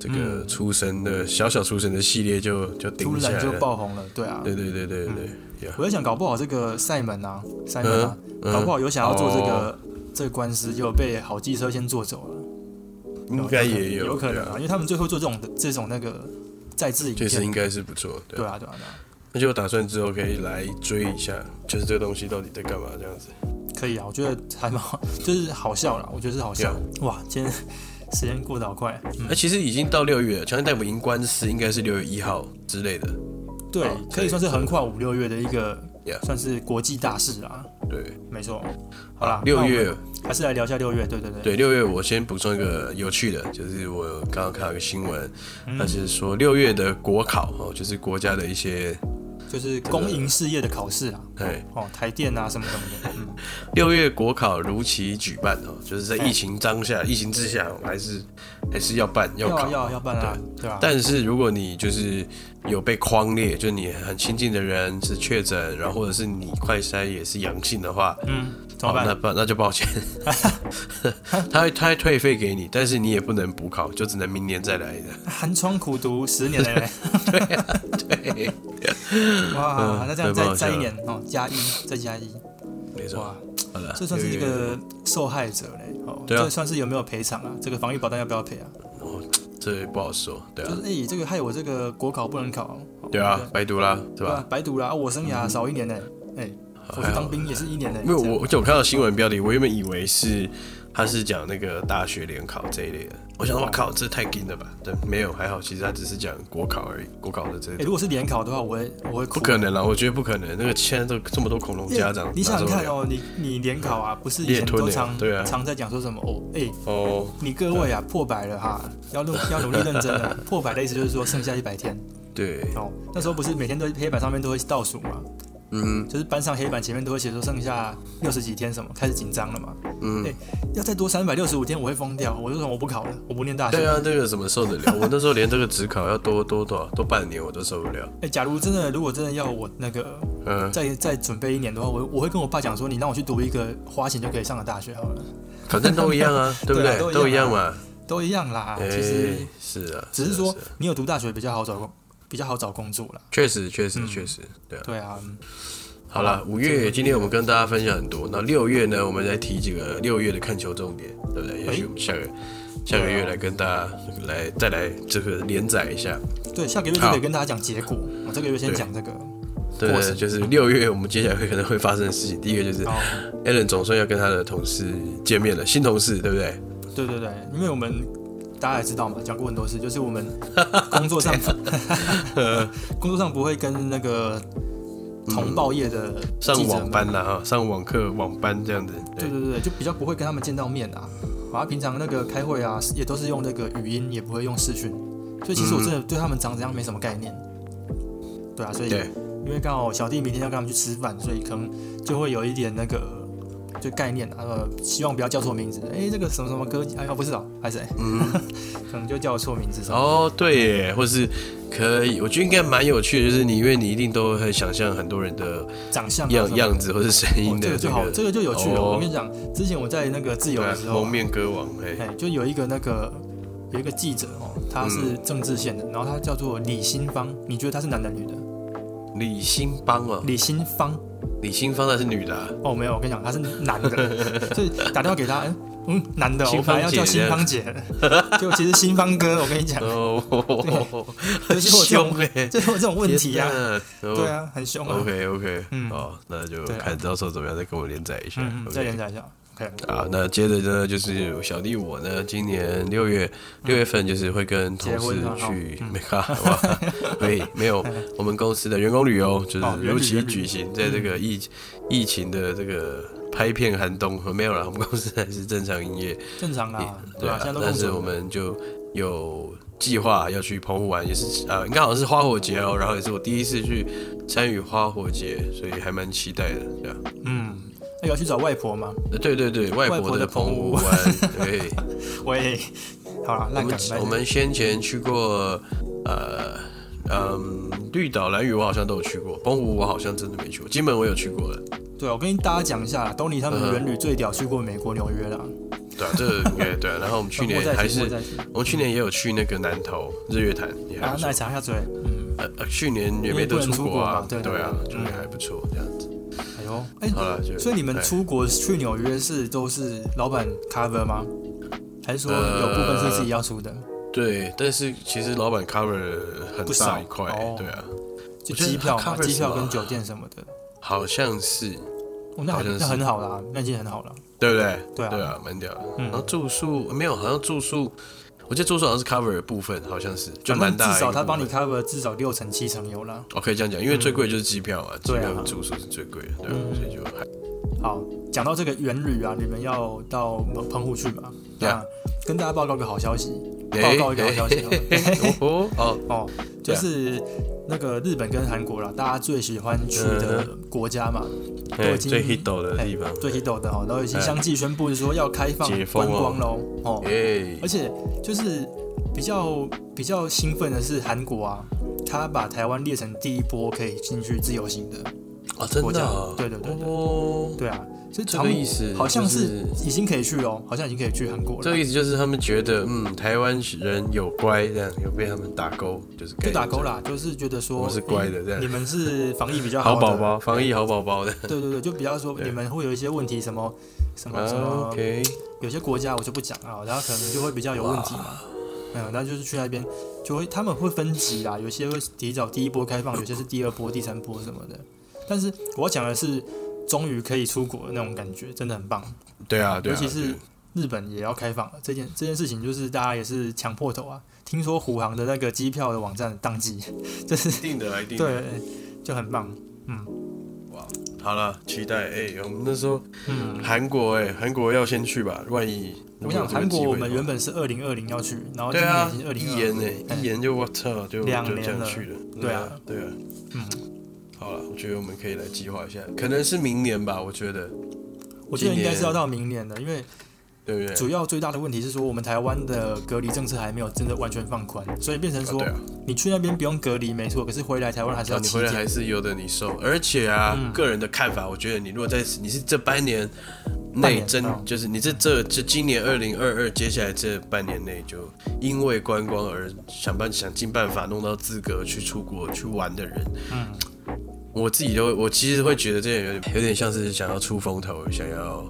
S1: 这个出生的小小出生的系列就就
S2: 嗯突
S1: 顶起
S2: 然
S1: 来
S2: 就
S1: 了，
S2: 爆嗯红了。对啊，
S1: 对对对对对对，呀
S2: 我在想，搞不好这个塞门啊，塞门啊，
S1: 嗯哦
S2: 搞不好有想要做这个、这个官司，就被好机车先做走了。
S1: 应该也
S2: 嗯有可
S1: 对
S2: 能
S1: 啊
S2: 啊，因为他们最后做这种的这种那个再制影
S1: 确
S2: 片。
S1: 实应该是不错，对
S2: 对。啊，对啊，对啊，
S1: 而且我打算之后可以来追一下，就是这个东西到底在干嘛这样子。
S2: 可以啊，我觉得还蛮好， 就是好笑啦，我觉得是好笑。哇，今天时间过得好快。嗯
S1: 那、哎其实已经到六月了，强尼戴普赢官司应该是六月一号之类的。
S2: 对
S1: 好，
S2: 可
S1: 可以
S2: 以算是横跨五六月的一个
S1: Yeah
S2: 算是国际大事啦。
S1: 对，
S2: 没错，好啦，那
S1: 六
S2: 我们
S1: 月
S2: 还是来聊一下六月，对对对，
S1: 对六月，我先补充一个有趣的，就是我刚
S2: 嗯
S1: 刚看到一个新闻，它是说六月的国考哦，就是国家的一些
S2: 就就是公营事业的考试啊，
S1: 对，
S2: 哦，台电啊什么什么 的，嗯，
S1: 六月国考如期举办哦，就是在疫情当下、疫情之下，还是还是要办要
S2: 哎要
S1: 考
S2: 啊。要啊要办啊，对吧？
S1: 但是如果你就是有被框列，就是你很亲近的人是确诊，然后或者是你快筛也是阳性的话，
S2: 嗯，怎
S1: 好，
S2: 么
S1: 那
S2: 办？
S1: 不那就抱 歉，他会他会退费给你，但是你也不能补考，就只能明年再来的。
S2: 寒窗苦读十年嘞，
S1: 对，
S2: 哇，那这样
S1: 对蛮
S2: 再
S1: 好笑
S2: 再一
S1: 的
S2: 年哦，加一再加一，
S1: 没错
S2: 哇，，
S1: 好了，
S2: 这算是一个受害者嘞，哦，
S1: 对啊
S2: 这算是有没有赔偿啊？这个防疫保单要不要赔啊？
S1: 这也不好说，对
S2: 就
S1: 啊
S2: 是，哎、这个害我这个国考不能考，哦
S1: 对啊，，白读啦，是
S2: 对
S1: 吧？
S2: 吧？白读了、啊，我生涯少一年呢、哎、我去当兵也是一年呢、
S1: 没有
S2: 这样
S1: 嗯哦我，就我看到新闻标题，我原本以为是他是讲那个大学联考这一类的，我想我靠，这太硬了吧？但没有，还好，其实他只是讲国考而已，国考的这
S2: 哎、如果是联考的话，我会我会哭
S1: 不可能啦，我觉得不可能。那个现在都这么多恐龙家长，
S2: 你想想
S1: 哪受
S2: 看
S1: 得了
S2: 哦，你你联考啊，不是以
S1: 猎
S2: 前
S1: 吞
S2: 都
S1: 欸
S2: 常
S1: 对啊
S2: 常在讲说什么哦，哎、
S1: 哦，
S2: 你各位啊，破百了哈，要 努要努力认真了。破百的意思就是说剩下一百天
S1: 对，
S2: 哦。那时候不是每天都黑板上面都会倒数嘛，
S1: 嗯
S2: 就是班上黑板前面都会写说剩下六十几天什么，开始紧张了嘛。
S1: 嗯
S2: 哎、，要再多三百六十五天，我会疯掉。我就说我不考了，我不念大学。
S1: 对啊，这个怎么受得了？我那时候连这个职考要多多多少多半年我都受不了。
S2: 哎、假如真的，如果真的要我那个
S1: 嗯，
S2: 再再准备一年的话，我我会跟我爸讲说，你让我去读一个花钱就可以上的大学好了，
S1: 反正都一样啊，对不
S2: 对啊
S1: 对？
S2: 都一样啊
S1: 都一样嘛。
S2: 都一样啦。
S1: 哎
S2: 其实，
S1: 是啊，
S2: 只是说
S1: 啊啊
S2: 你有读大学比较好找工，比较好找工作啦。
S1: 确实确
S2: 嗯
S1: 实确实，对啊。
S2: 对啊，嗯
S1: 好了，五月今天我们跟大家分享很多，那六月呢，我们来提几个六月的看球重点，对不对？也许我们下个下个月来跟大家来再来这个连载一下。
S2: 对，下个月就
S1: 好
S2: 可以跟大家讲结果。我这个月先
S1: 对
S2: 讲这个。
S1: 对
S2: 过程
S1: 就是六月我们接下来会可能会发生的事情。第一个就是
S2: 好，
S1: Allen 总算要跟他的同事见面了，新同事，对不对？
S2: 对对对，因为我们大家也知道嘛，讲过很多次，就是我们工作上， 工作上不会跟那个同报业的记
S1: 上
S2: 者
S1: 网
S2: 们
S1: 班啦，哈，上网课网班这样子。
S2: 对
S1: 对，
S2: 对对，就比较不会跟他们见到面啊。好像平常那个开会啊，也都是用那个语音，也不会用视讯，所以其实我真
S1: 嗯
S2: 的对他们长怎样没什么概念。对啊，所以
S1: 对
S2: 因为刚好小弟明天要跟他们去吃饭，所以可能就会有一点那个就概念啊，呃，希望不要叫错名字。哎，这个什么什么哥，哎呀，不是啊，还是哎，
S1: 嗯
S2: 可能就叫我错名字什么。
S1: 哦，对耶，或是可以，我觉得应该蛮有趣的，就是你因为你一定都很想象很多人的
S2: 长相啊什
S1: 样
S2: 么
S1: 样子或是声
S2: 哦
S1: 音
S2: 这
S1: 的
S2: 个就好，这个就有趣了。
S1: 哦
S2: 我跟你讲，之前我在那个自由
S1: 对
S2: 的
S1: 啊
S2: 时候啊、
S1: 蒙面歌王，哎，
S2: 哎，就有一个那个有一个记者哦，他
S1: 嗯
S2: 是政治线的，然后他叫做李新芳，你觉得他是男的女的？
S1: 哦李新邦哦，
S2: 李新芳
S1: 李新芳那是女的啊，
S2: 哦，没有，我跟你讲，他是男的， 所以打电话给他，哎嗯，男的哦，我本来要叫新芳姐， 就其实新芳哥，我跟你讲，
S1: 哦，很
S2: 就是我这 种
S1: 凶哎，
S2: 就有这种问题啊，
S1: 啊，
S2: 对啊，很凶啊，
S1: 哦 OK OK，
S2: 嗯
S1: 好，那就
S2: 对啊
S1: 看到时候怎么样再跟我连载一下
S2: 嗯，嗯，再
S1: OK
S2: 连载一下，OK，
S1: 啊，那接着呢，就是小弟我呢，今年六月六月份就是会跟同事
S2: 嗯结婚了哈
S1: 去
S2: 嗯
S1: 没 看，哇，没没 有我们公司的员工旅游，就是
S2: 哦
S1: 如期
S2: 员旅嗯
S1: 举行，在这个疫疫情的这个拍片寒冬，没有了，我们公司还是正常营业，
S2: 正常啊，
S1: 对
S2: 对啊，现在都
S1: 但
S2: 工
S1: 是
S2: 作
S1: 我
S2: 了，
S1: 们就有计划要去澎湖玩，也是呃，应该好像是花火节哦，然后也是我第一次去参与花火节，所以还蛮期待的，对啊。
S2: 嗯，那要去找外婆吗？
S1: 呃对对对，外
S2: 外
S1: 婆
S2: 婆的
S1: 的澎湖
S2: 澎
S1: 湾， 对。
S2: 喂，好了，
S1: 我
S2: 烂
S1: 们
S2: 梗，烂
S1: 我
S2: 梗
S1: 们先前去过，呃，嗯，绿岛、蓝屿我好像都有去过，澎湖我好像真的没去过，金门我有去过了。
S2: 对，啊我跟大家讲一下，东尼他
S1: 嗯
S2: 们人旅最屌去过美国纽约了。
S1: 对啊，这个应该对啊。然后我们去 年
S2: 莫再提
S1: 还是
S2: 莫再提，
S1: 我们去年也有去那个南投日月潭，也还
S2: 啊
S1: 不，错
S2: 那。查一下嘴。嗯，
S1: 呃呃，去年也没得国啊，
S2: 因为不能出国嘛对对
S1: 对啊，
S2: 对
S1: 就也还不错这样子。
S2: 哎呦，哎、
S1: 好了，就
S2: 所以你们
S1: 哎
S2: 出国去纽约是都是老板 cover 吗？还是说有部分是自己要出的？
S1: 对，但是其实老板 cover 了很
S2: 不
S1: 大
S2: 少
S1: 一块
S2: 哦，
S1: 对啊，
S2: 就
S1: 我觉得
S2: 机票
S1: 他
S2: 嘛，
S1: cover
S2: 机票
S1: 什么
S2: 跟酒店什么的。
S1: 好像是
S2: 哦，那
S1: 好
S2: 还
S1: 像是
S2: 那很好啦，那已经很好了。
S1: 对不对？
S2: 对啊
S1: 对啊，蛮屌的。
S2: 嗯
S1: 然后住宿没有，好像住宿，我记得住宿好像是 cover 的部分，好像是就
S2: 反
S1: 蛮
S2: 正
S1: 大
S2: 至
S1: 的一个
S2: 少
S1: 部分。
S2: 他帮你 cover 至少六成七成有啦。
S1: 哦，可以这样讲，因为最贵的就是机票啊，机
S2: 对啊
S1: 票跟住宿是最贵的，对啊，
S2: 嗯
S1: 所以就还
S2: 好，讲到这个远旅啊，你们要到澎湖去嘛？
S1: 对啊
S2: 那跟 大家报告个好消息，报告一个好消息好了。
S1: 哎哎哎哦哦，
S2: 哦，就是那个日本跟韩国啦，大家最喜欢去的国家嘛，
S1: 哎，
S2: 已经
S1: 最 hit 的
S2: 哎
S1: 地方，哎
S2: 最 hit 的哈，然后已经相继宣布说要开放
S1: 解封
S2: 观
S1: 哦
S2: 光喽，哦，
S1: 哎
S2: 而，且就是比较比较兴奋的是韩国啊，他把台湾列成第一波可以进去自由行的，
S1: 哦，真
S2: 国
S1: 的
S2: 家
S1: 哦，
S2: 对对对对
S1: 哦，
S2: 对啊，所以
S1: 这
S2: 他
S1: 个
S2: 们
S1: 意思
S2: 好像
S1: 就是是
S2: 已经可以去喽，好像已经可以去韩国
S1: 这个
S2: 了，
S1: 意思就是他们觉得，嗯，台湾人有乖，这样有被他们打勾，就是
S2: 就打勾
S1: 了，
S2: 啦，就是觉得说
S1: 我是乖的
S2: 诶
S1: 这样
S2: 你们是防疫 比较
S1: 好
S2: 好的哎
S1: 宝，宝，防疫好宝宝的。
S2: 对对对，就比较说
S1: 对啊
S2: 你们会有一些问题什么什么什么
S1: OK，
S2: 有些国家我就不讲啊，然后可能就会比较有问题嘛。嗯，那就是去那边就会他们会分级啦，有些会提早第一波开放，有些是第二波、第三波什么的。但是我要讲的是，终于可以出国的那种感觉，真的很棒。
S1: 对啊，对啊，
S2: 尤其是
S1: 对
S2: 日本也要开放了，这件这件事情就是大家也是抢破头啊。听说虎航的那个机票的网站宕机， 就是
S1: 一定的啦，一定的。
S2: 对，就很棒。
S1: 好了，期待哎、我们那时候
S2: 嗯，
S1: 韩国哎、韩国要先去吧，万一如
S2: 我
S1: 果有
S2: 想
S1: 这个
S2: 韩
S1: 机
S2: 国
S1: 会
S2: 我
S1: 的
S2: 们
S1: 话
S2: 原本是二零二零要去，然后
S1: 对
S2: 今年
S1: 啊
S2: 已经二，零
S1: 一
S2: 二
S1: 言呢，
S2: 哎
S1: 一言就我操，就
S2: 两
S1: 就这
S2: 年
S1: 样
S2: 了
S1: 去了。
S2: 对啊，
S1: 对啊。
S2: 嗯，
S1: 好了，我觉得我们可以来计划一下，可能是明年吧，我觉得，
S2: 我觉得
S1: 今
S2: 应该是要
S1: 年
S2: 到明年的，因为
S1: 对不对？
S2: 主要最大的问题是说，我们台湾的隔离政策还没有真的完全放宽，所以变成
S1: 啊
S2: 说、
S1: 对啊，
S2: 你去那边不用隔离，没错，可是回来台湾还是要
S1: 那你
S2: 七
S1: 回来
S2: 天。
S1: 还是有的你受，而且啊，
S2: 嗯
S1: 个人的看法，我觉得你如果在你是这半年
S2: 半
S1: 内
S2: 年
S1: 真
S2: 嗯
S1: 就是你这这这今年二零二二接下来这半年内就因为观光而想办想尽办法弄到资格去出国去玩的人，
S2: 嗯，
S1: 我自己都会我其实会觉得这点有点有点像是想要出风头，想要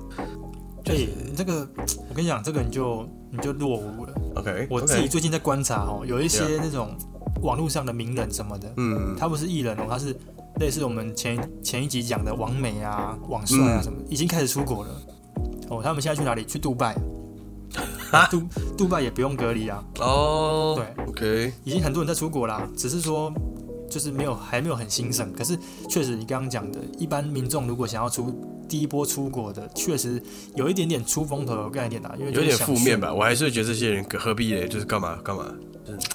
S2: 对、你这个我跟你讲，这个你就你就落伍了。
S1: OK，
S2: 我自己最近在观察哦，有一些那种网络上的名人什么的，
S1: 嗯
S2: 他不是艺人哦，他是类似我们前前一集讲的王美啊、王帅啊
S1: 嗯
S2: 什么，已经开始出国了。哦，他们现在去哪里？去杜 拜。杜杜拜也不用隔离啊，
S1: 哦
S2: 对，
S1: OK
S2: 已经很多人在出国啦，只是说就是没有还没有很兴盛。可是确实你刚刚讲的，一般民众如果想要出第一波出国的，确实有一点点出风头的概念啦，因为就
S1: 有
S2: 是
S1: 点
S2: 想
S1: 负
S2: 去
S1: 面。吧，我还是会觉得这些人何必嘞，就是干嘛干嘛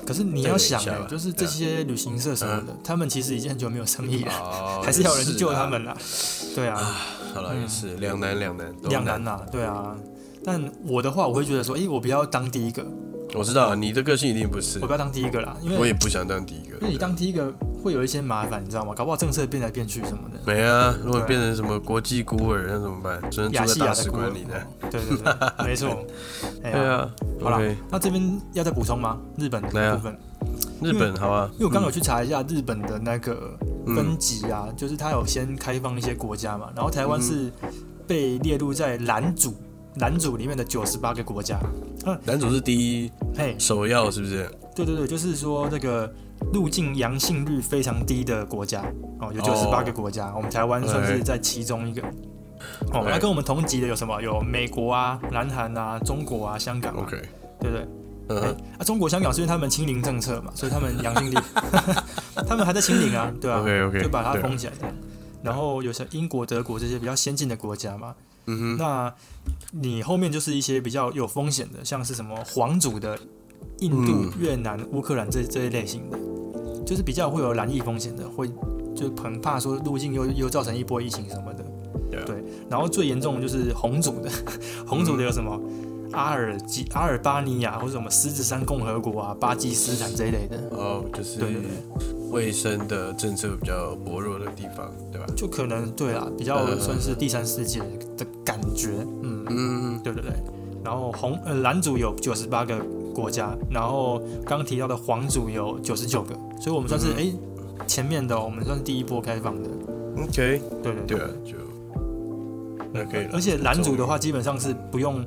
S2: 可是你要想、
S1: 再忍一下
S2: 欸
S1: 吧，嗯
S2: 就是这些旅行社什么的，他们其实已经很久没有生意了，
S1: 哦
S2: 还是要有人去
S1: 也
S2: 救
S1: 啦
S2: 他们啦。对啊，
S1: 好了，也是两难两难都
S2: 两难呐，对啊。但我的话，我会觉得说，诶，我不要当第一个，
S1: 我知道你的个性一定不是
S2: 我，不要嗯当第一个啦，因
S1: 我
S2: 为
S1: 也不想当第一个
S2: 因。为你当第一个会有一些麻烦，你知道吗？搞不好政策变来变去什么的。
S1: 没啊，如果
S2: 对啊
S1: 变成什么国际孤儿，那怎么办？只能
S2: 亚
S1: 住
S2: 细
S1: 在
S2: 啊亚
S1: 大
S2: 的
S1: 使
S2: 孤
S1: 馆
S2: 儿
S1: 里的。
S2: 哦 对对对，没错。哎
S1: 对
S2: 呀，
S1: 啊
S2: 好啦
S1: ，OK，
S2: 那这边要再补充吗？日本的
S1: 来啊
S2: 部分，
S1: 日本好啊，嗯
S2: 因为我刚刚有去查一下日本的那个分级啊，就是它有先开放一些国家嘛，然后台
S1: 嗯
S2: 湾是被列入在蓝组。蓝组里面的九十八个国家，
S1: 男主是第一
S2: 嘿，
S1: 首要是不是？
S2: 对啊对对，就是说那个入境阳性率非常低的国家哦，有九十八
S1: 哦
S2: 个国家，我们台湾算是在其中一个。哦，
S1: 哎
S2: 那跟我们同级的有什么？有美国啊、南韩啊、中国啊、香港啊
S1: OK，
S2: 对不对？
S1: 嗯
S2: 哎
S1: 哼
S2: 啊，中国香港是因为他们清零政策嘛，所以他们阳 性率，他们还在清零啊，对啊
S1: OK，OK，
S2: 就把它
S1: 对啊
S2: 封起来这样。然后有些英国、德国这些比较先进的国家嘛，
S1: 嗯哼，
S2: 那你后面就是一些比较有风险的，像是什么皇族的印度、
S1: 嗯
S2: 越南、乌克兰这这一类型的，就是比较会有染疫风险的，会就很怕说入境又又造成一波疫情什么的。
S1: Yeah
S2: 对，然后最严重的就是红组的， 红组的有什么？
S1: 嗯
S2: 阿尔及阿尔巴尼亚或者什么狮子山共和国啊、巴基斯坦这一类的，
S1: 哦，就是
S2: 对对对，
S1: 卫生的政策比较薄弱的地方，对吧？
S2: 就可能对啦，比较
S1: 呃
S2: 算是第三世界的感觉，嗯，
S1: 嗯，
S2: 对对对。然后红呃蓝组有九十八个国家，然后刚提到的黄组有九十九个，所以我们
S1: 嗯
S2: 算是哎、诶前面的哦、我们算是第一波开放的，
S1: OK，
S2: 对对
S1: 对啊，就那可以了。
S2: 而且蓝组的话
S1: 终
S2: 基本上是不用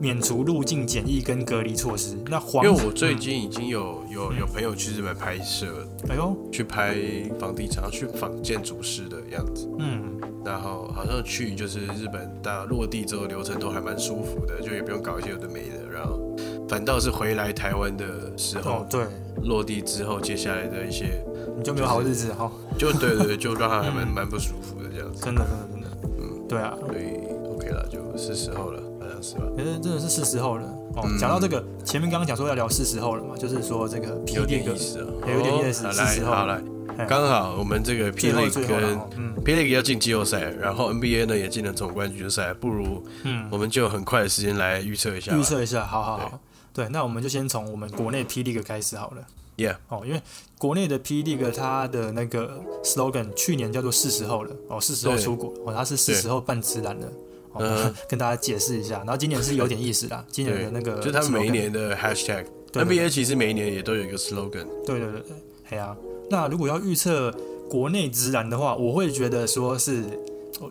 S2: 免除入境检疫跟隔离措施，那黄
S1: 于，因为我
S2: 嗯
S1: 最近已经有有有朋友去日本拍摄，
S2: 哎呦
S1: 去拍房地产，去仿建筑师的样子。
S2: 嗯
S1: 然后好像去就是日本到落地之后流程都还蛮舒服的，就也不用搞一些有的没的。然后反倒是回来台湾的时候
S2: 哦，对，
S1: 落地之后，接下来的一些
S2: 你就没有好日子哈、哦，
S1: 就对对对，就让他还
S2: 嗯
S1: 蛮蛮不舒服的这样子。
S2: 真的真的真的，对啊，
S1: 所以 OK 了，就是时候了，好像是吧？
S2: 可是真的是是时候了哦。
S1: 嗯
S2: 讲到这个，前面刚刚讲说要聊是时候了嘛，就是说这个
S1: 有
S2: P
S1: 点
S2: 那个
S1: 意思啊，
S2: 有点意思
S1: 好
S2: 是
S1: 来
S2: 时候哎
S1: 好来，刚好我们这个 P
S2: 最后
S1: League
S2: 最后然
S1: 跟
S2: 后嗯
S1: P League 要进季后赛，然后 NBA 呢也进了总冠军赛，不如
S2: 嗯，
S1: 我们就很快的时间来预测一下吧。
S2: 预测一下，好好好，对，那我们就先从我们国内 P League 开始好了。
S1: ，Yeah，
S2: 哦，因为国内的 P League 它的那个 slogan 去年叫做“是时候了”，哦，是时候
S1: 对
S2: 出国，哦，它是是
S1: 对
S2: 时候办直男了。哦
S1: 嗯，
S2: 跟大家解释一下，然后今年是有点意思啦，今年的那个
S1: 就是他们每一
S2: 呃 slogan
S1: 年的 Hashtag。
S2: 对对
S1: NBA 其实每一年也都有一个 slogan，
S2: 对对对对，哎呀、那如果要预测国内直男的话，我会觉得说是，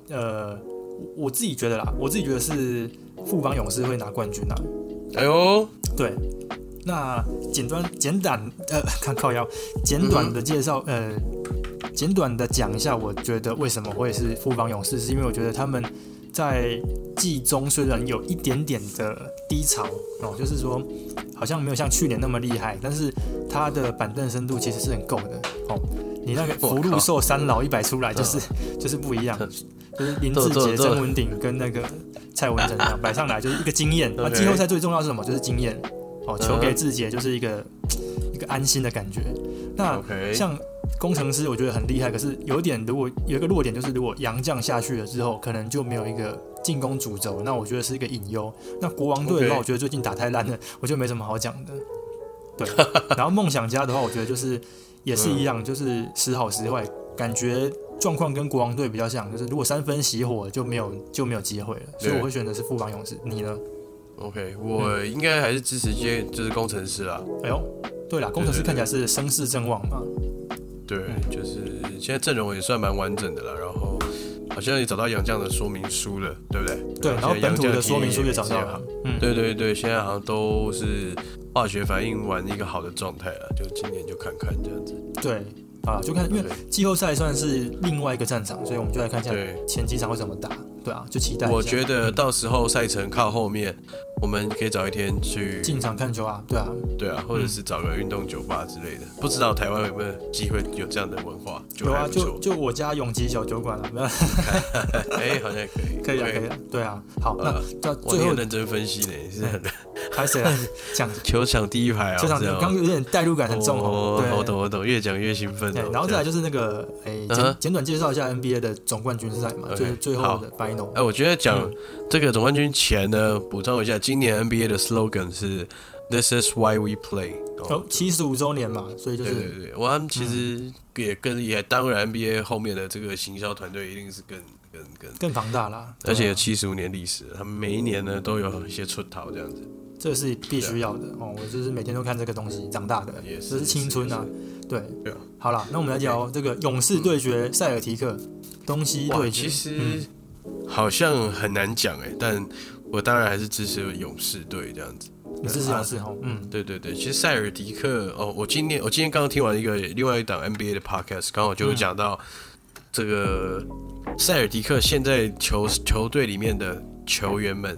S2: 呃，我我自己觉得啦，我自己觉得是富邦勇士会拿冠军啊啦。
S1: 哎呦，
S2: 对，那简短简短呃，看靠腰，简短的介绍、呃，简短的讲一下，我觉得为什么会是富邦勇士，是因为我觉得他们在季中虽然有一点点的低潮哦，就是说好像没有像去年那么厉害，但是他的板凳深度其实是很够的哦。你那个
S1: 我
S2: 福禄
S1: 靠啊
S2: 寿三老一百出来就是、就是不一样，就是林志
S1: 这
S2: 杰、
S1: 这这
S2: 曾文鼎跟那个蔡文成这样摆上来就是一个经验。那
S1: OK
S2: 季后赛最重要是什么？就是经验。哦，球给
S1: 嗯
S2: 志杰就是一个、一个安心的感觉。那
S1: OK
S2: 像工程师，我觉得很厉害，可是有点如果有一个弱点就是，如果杨将下去了之后，可能就没有一个进攻主轴，那我觉得是一个隐忧。那国王队的话，
S1: OK
S2: 我觉得最近打太烂了，我觉得没什么好讲的。 对，然后梦想家的话，我觉得就是也是
S1: 嗯
S2: 一样，就是时好时坏，感觉状况跟国王队比较像，就是如果三分熄火就没有就没有机会了，所以
S1: 对
S2: 我会选择是富邦勇士。你呢？
S1: ，OK，我应该还是支持接就是工程师啦，
S2: 哎呦，对了，工程师
S1: 对对啊
S2: 看起来是声势正旺嘛，
S1: 对，
S2: 嗯
S1: 就是现在阵容也算蛮完整的了，然后好像也找到杨绛的说明书了，对不对？
S2: 对，然后
S1: 现在
S2: 本土
S1: 杨
S2: 的
S1: 绛
S2: 说明书
S1: 也
S2: 也找到
S1: 这
S2: 了
S1: 样，
S2: 嗯，
S1: 对对对，现在好像都是化学反应完一个好的状态了，就今年就看看这样子。
S2: 对，啊，就看因为
S1: 对
S2: 季后赛算是另外一个战场，所以我们就来看一下
S1: 对，
S2: 前几场会怎么打，对啊，就期待一下。
S1: 我觉得到时候赛程靠后面，我们可以找一天去，
S2: 进场看球啊，对啊，
S1: 对啊，或者是找个运动酒吧之类的。不知道台湾有没有机会有这样的文化，
S2: 有
S1: 还
S2: 啊，
S1: 不
S2: 就
S1: 错。
S2: 就我家永吉小酒馆啊，没有
S1: 哎，好像也可以，
S2: 可以啊，
S1: OK
S2: 可以。啊，对啊，好，那
S1: 呃
S2: 到
S1: 哇，
S2: 最
S1: 你
S2: 后
S1: 很认真分析呢，你是很
S2: 还 谁来讲？
S1: 球场第一排啊，
S2: 这嗯场
S1: 这样
S2: 刚有点代入感很重
S1: 哦，
S2: 哦，
S1: 我
S2: 对
S1: 懂。我懂，越讲越兴奋
S2: 对
S1: 哦。，
S2: 然后再来
S1: 这样
S2: 就是那个，诶，
S1: 嗯
S2: 简
S1: 哼
S2: 简短介绍一下 NBA 的总冠军赛嘛，
S1: OK，
S2: 就是最后的 final。
S1: 哎，我觉得讲这个总冠军前呢，补充一下，今年 NBA 的 slogan 是 “This is why we play”。
S2: 哦，七十五周年嘛，所以就
S1: 对对
S2: 是嗯
S1: 对，我他们其实也更厉害。当然，NBA 后面的这个行销团队一定是更更更，
S2: 更庞大啦。对
S1: 而
S2: 啊
S1: 且有七十五年历史了，他们每一年
S2: 哦
S1: 呢都有一些出逃这样子。
S2: 这是必须要的哦，我就是每天都看这个东西长大的，
S1: 啊也是
S2: 这是青春啊。对，
S1: 对啊
S2: 好啦，那我们来聊这个勇士对决塞尔提克，东西
S1: 哇，
S2: 对决。
S1: 其
S2: 嗯
S1: 实好像很难讲哎，但我当然还是支持勇士队这样子。
S2: 你支持
S1: 啊
S2: 勇士哦，嗯，
S1: 对对对，其实塞尔迪克哦，我今天我今天刚刚听完一个另外一档 NBA 的 podcast，刚好就有讲到这个塞尔迪克现在球球队里面的球员们，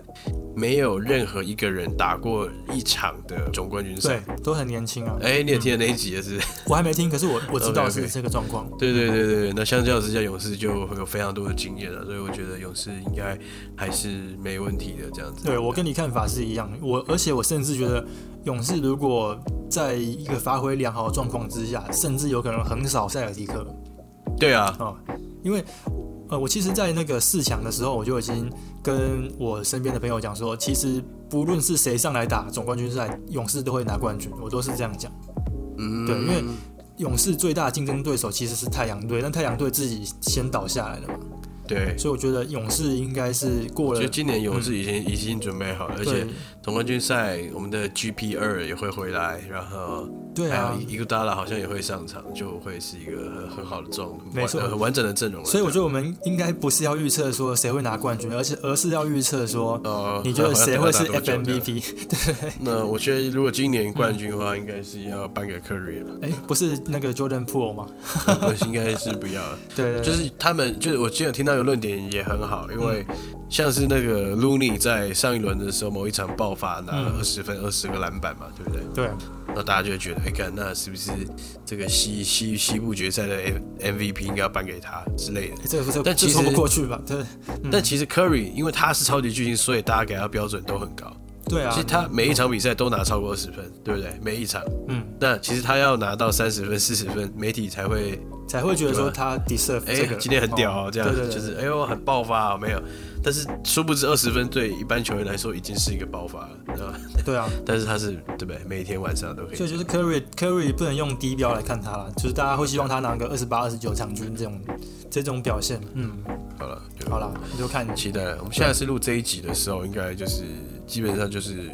S1: 没有任何一个人打过一场的总冠军
S2: 对
S1: 赛。，
S2: 都很年轻啊，
S1: 哎，你也听了那一集也是，
S2: 我还没听，可是我我知道
S1: OK，OK
S2: 是这个状况。
S1: 对对对对，对那相较之下，勇士就会有非常多的经验了，所以我觉得勇士应该还是没问题的这样子。
S2: 对我跟你看法是一样，我而且我甚至觉得勇士如果在一个发挥良好的状况之下，甚至有可能横扫塞尔提克。
S1: 对啊，
S2: 哦，因为呃，我其实，在那个四强的时候，我就已经跟我身边的朋友讲说，其实不论是谁上来打总冠军赛，勇士都会拿冠军，我都是这样讲。
S1: 嗯，
S2: 对因为勇士最大的竞争对手其实是太阳队，但太阳队自己先倒下来了嘛，
S1: 对，
S2: 所以我觉得勇士应该是过
S1: 我觉
S2: 了
S1: 得。今年勇士已经已经准备好了，而且
S2: 嗯对
S1: 总冠军赛，我们的 GP 二也会回来，然后
S2: 对
S1: 还有
S2: 啊，
S1: 伊古达拉好像也会上场，就会是一个很很好的状，
S2: 没错
S1: 完很完整的阵容了。
S2: 所以我觉得我们应该不是要预测说谁会拿冠军，而且而是要预测说
S1: 呃，
S2: 你觉得谁会 是
S1: 要打多久这样
S2: FMVP？
S1: 那我觉得如果今年冠军的话，应该是要颁给 Curry 了，
S2: 哎、不是那个 Jordan Poole 吗？
S1: 我应该是不要了。
S2: 对对对
S1: 就是他们，就是我今天有听到一个论点也很好，因为
S2: 嗯
S1: 像是那个 Looney 在上一轮的时候某一场爆发拿了二十分、二十个篮板嘛，对不对？
S2: 对，啊
S1: 那大家就会觉得，哎、看那是不是这个西西西部决赛的 M MVP 应该要颁给他之类的？
S2: 这个这个
S1: 但其
S2: 这
S1: 实
S2: 说不过去吧？对，
S1: 但其实 Curry 因为他是超级巨星，所以大家给他标准都很高。
S2: 对啊
S1: 其实，他每一场比赛都拿超过二十分，对不对？每一场，
S2: 嗯，
S1: 那其实他要拿到三十分、四十分，媒体才会
S2: 才会觉得说
S1: 对吧
S2: 他 deserve
S1: 哎、
S2: 这个。
S1: 今天很屌、哦，这样
S2: 对对对
S1: 就是哎呦很爆发、哦，没有。但是殊不知二十分对一般球员来说已经是一个爆发了，知道吧？
S2: 对啊，
S1: 但是他是对不对？每天晚上都可以
S2: 所以就是 Curry Curry 不能用低标来看他啦，就是大家会希望他拿个二十八、二十九场均这种这种表现。嗯，
S1: 好了，就
S2: 好啦，你就看
S1: 期待了。我们下次录这一集的时候，应该就是基本上就是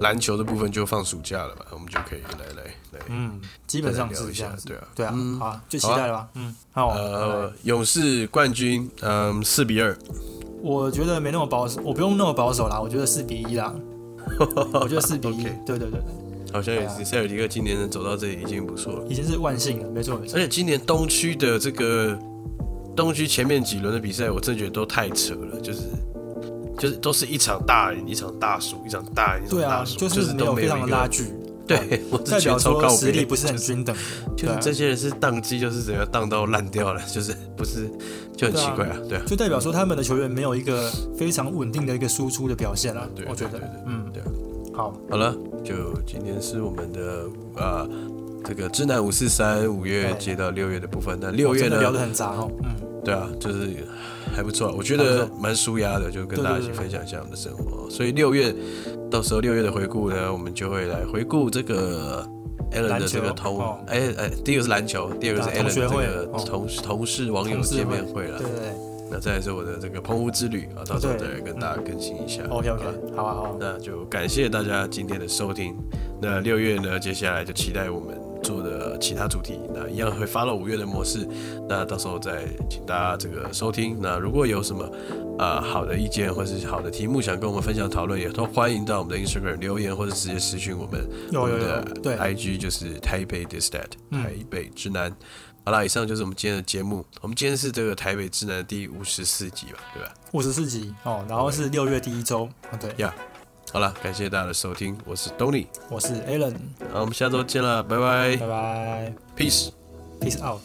S1: 篮球的部分就放暑假了吧，我们就可以来来来，
S2: 嗯，基
S1: 基
S2: 本上
S1: 聊
S2: 是
S1: 一
S2: 这
S1: 下
S2: 样，子。
S1: 对啊。
S2: 对啊，好啊，最期待了吧？嗯，好，
S1: 呃，勇士冠军，嗯，四比二，
S2: 我觉得没那么保守，我不用那么保守啦，我觉得四比 一啦，我觉得四比一
S1: OK，
S2: 对对对，
S1: 好像也
S2: 对
S1: 是塞尔迪克今年能走到这里已经不错了。
S2: 已经是万幸了，没错没错
S1: 而，且今年东区的这个东区前面几轮的比赛，我真的觉得都太扯了，就是就是都是一场大赢，一场大输，一场大赢，一场
S2: 对啊，
S1: 大输，
S2: 就是是没
S1: 都
S2: 有
S1: 没
S2: 非
S1: 有
S2: 常
S1: 一
S2: 的
S1: 个
S2: 拉锯，
S1: 对，我是
S2: 代
S1: 觉
S2: 表
S1: 得超
S2: 说
S1: 高
S2: 实力
S1: 别，
S2: 不是很均等的，
S1: 就是
S2: 对啊
S1: 这些人是宕机，就是怎样宕到烂掉了，就是不是就很
S2: 对
S1: 奇
S2: 啊
S1: 怪啊，对啊，
S2: 就代表说他们的球员没有一个非常稳定的一个输出的表现了
S1: 对，
S2: 我觉
S1: 对对
S2: 得
S1: 对，
S2: 嗯，
S1: 对啊
S2: 好，
S1: 好了，就今天是我们的啊、呃这个知南五四三五月
S2: 对
S1: 接到六月的部分，那六
S2: 我
S1: 月
S2: 真的
S1: 呢
S2: 聊得很杂哎哦，嗯，
S1: 对啊，就是还不错啊，我觉
S2: 还
S1: 得
S2: 不
S1: 蛮舒压的，就跟
S2: 对
S1: 大家一
S2: 对
S1: 起
S2: 对
S1: 分享一下我们的生活。所以六月到时候六月的回顾呢，我们就会来回顾这个 Allen
S2: 篮
S1: 的
S2: 球
S1: 这个同
S2: 哦
S1: 哎哎，第一个是篮球，第二个是
S2: 啊同
S1: Allen
S2: 学
S1: 这
S2: 会
S1: 个
S2: 哦
S1: 同同事网友
S2: 同事
S1: 见
S2: 会
S1: 面会了
S2: 对。对对
S1: 那再来是我的这个澎湖之旅啊，到时候再
S2: 对
S1: 来跟大家更新一下。
S2: ，OK
S1: 好吧
S2: OK，好啊好啊，
S1: 那就感谢大家今天的收听。那六月呢，接下来就期待我们做的其他主题，那一样会发了五月的模式。那到时候再请大家这个收听。那如果有什么啊、呃好的意见或是好的题目想跟我们分享讨论，也都欢迎到我们的 Instagram 留言或者直接私讯我们。
S2: 有
S1: 我们
S2: 有有
S1: 的，
S2: 对，
S1: IG 就是台北 Distat，
S2: 嗯
S1: 台北之南。好啦，以上就是我们今天的节目。我们今天是这个台北之南的第五十四集吧，对吧？
S2: 五十四集哦，然后是六月第一周，啊对，
S1: 呀、好了，感谢大家的收听，我是 Tony。
S2: 我是 Alan，
S1: 好，我们下周见了，拜拜
S2: 拜拜
S1: ，peace。
S2: ，Peace out。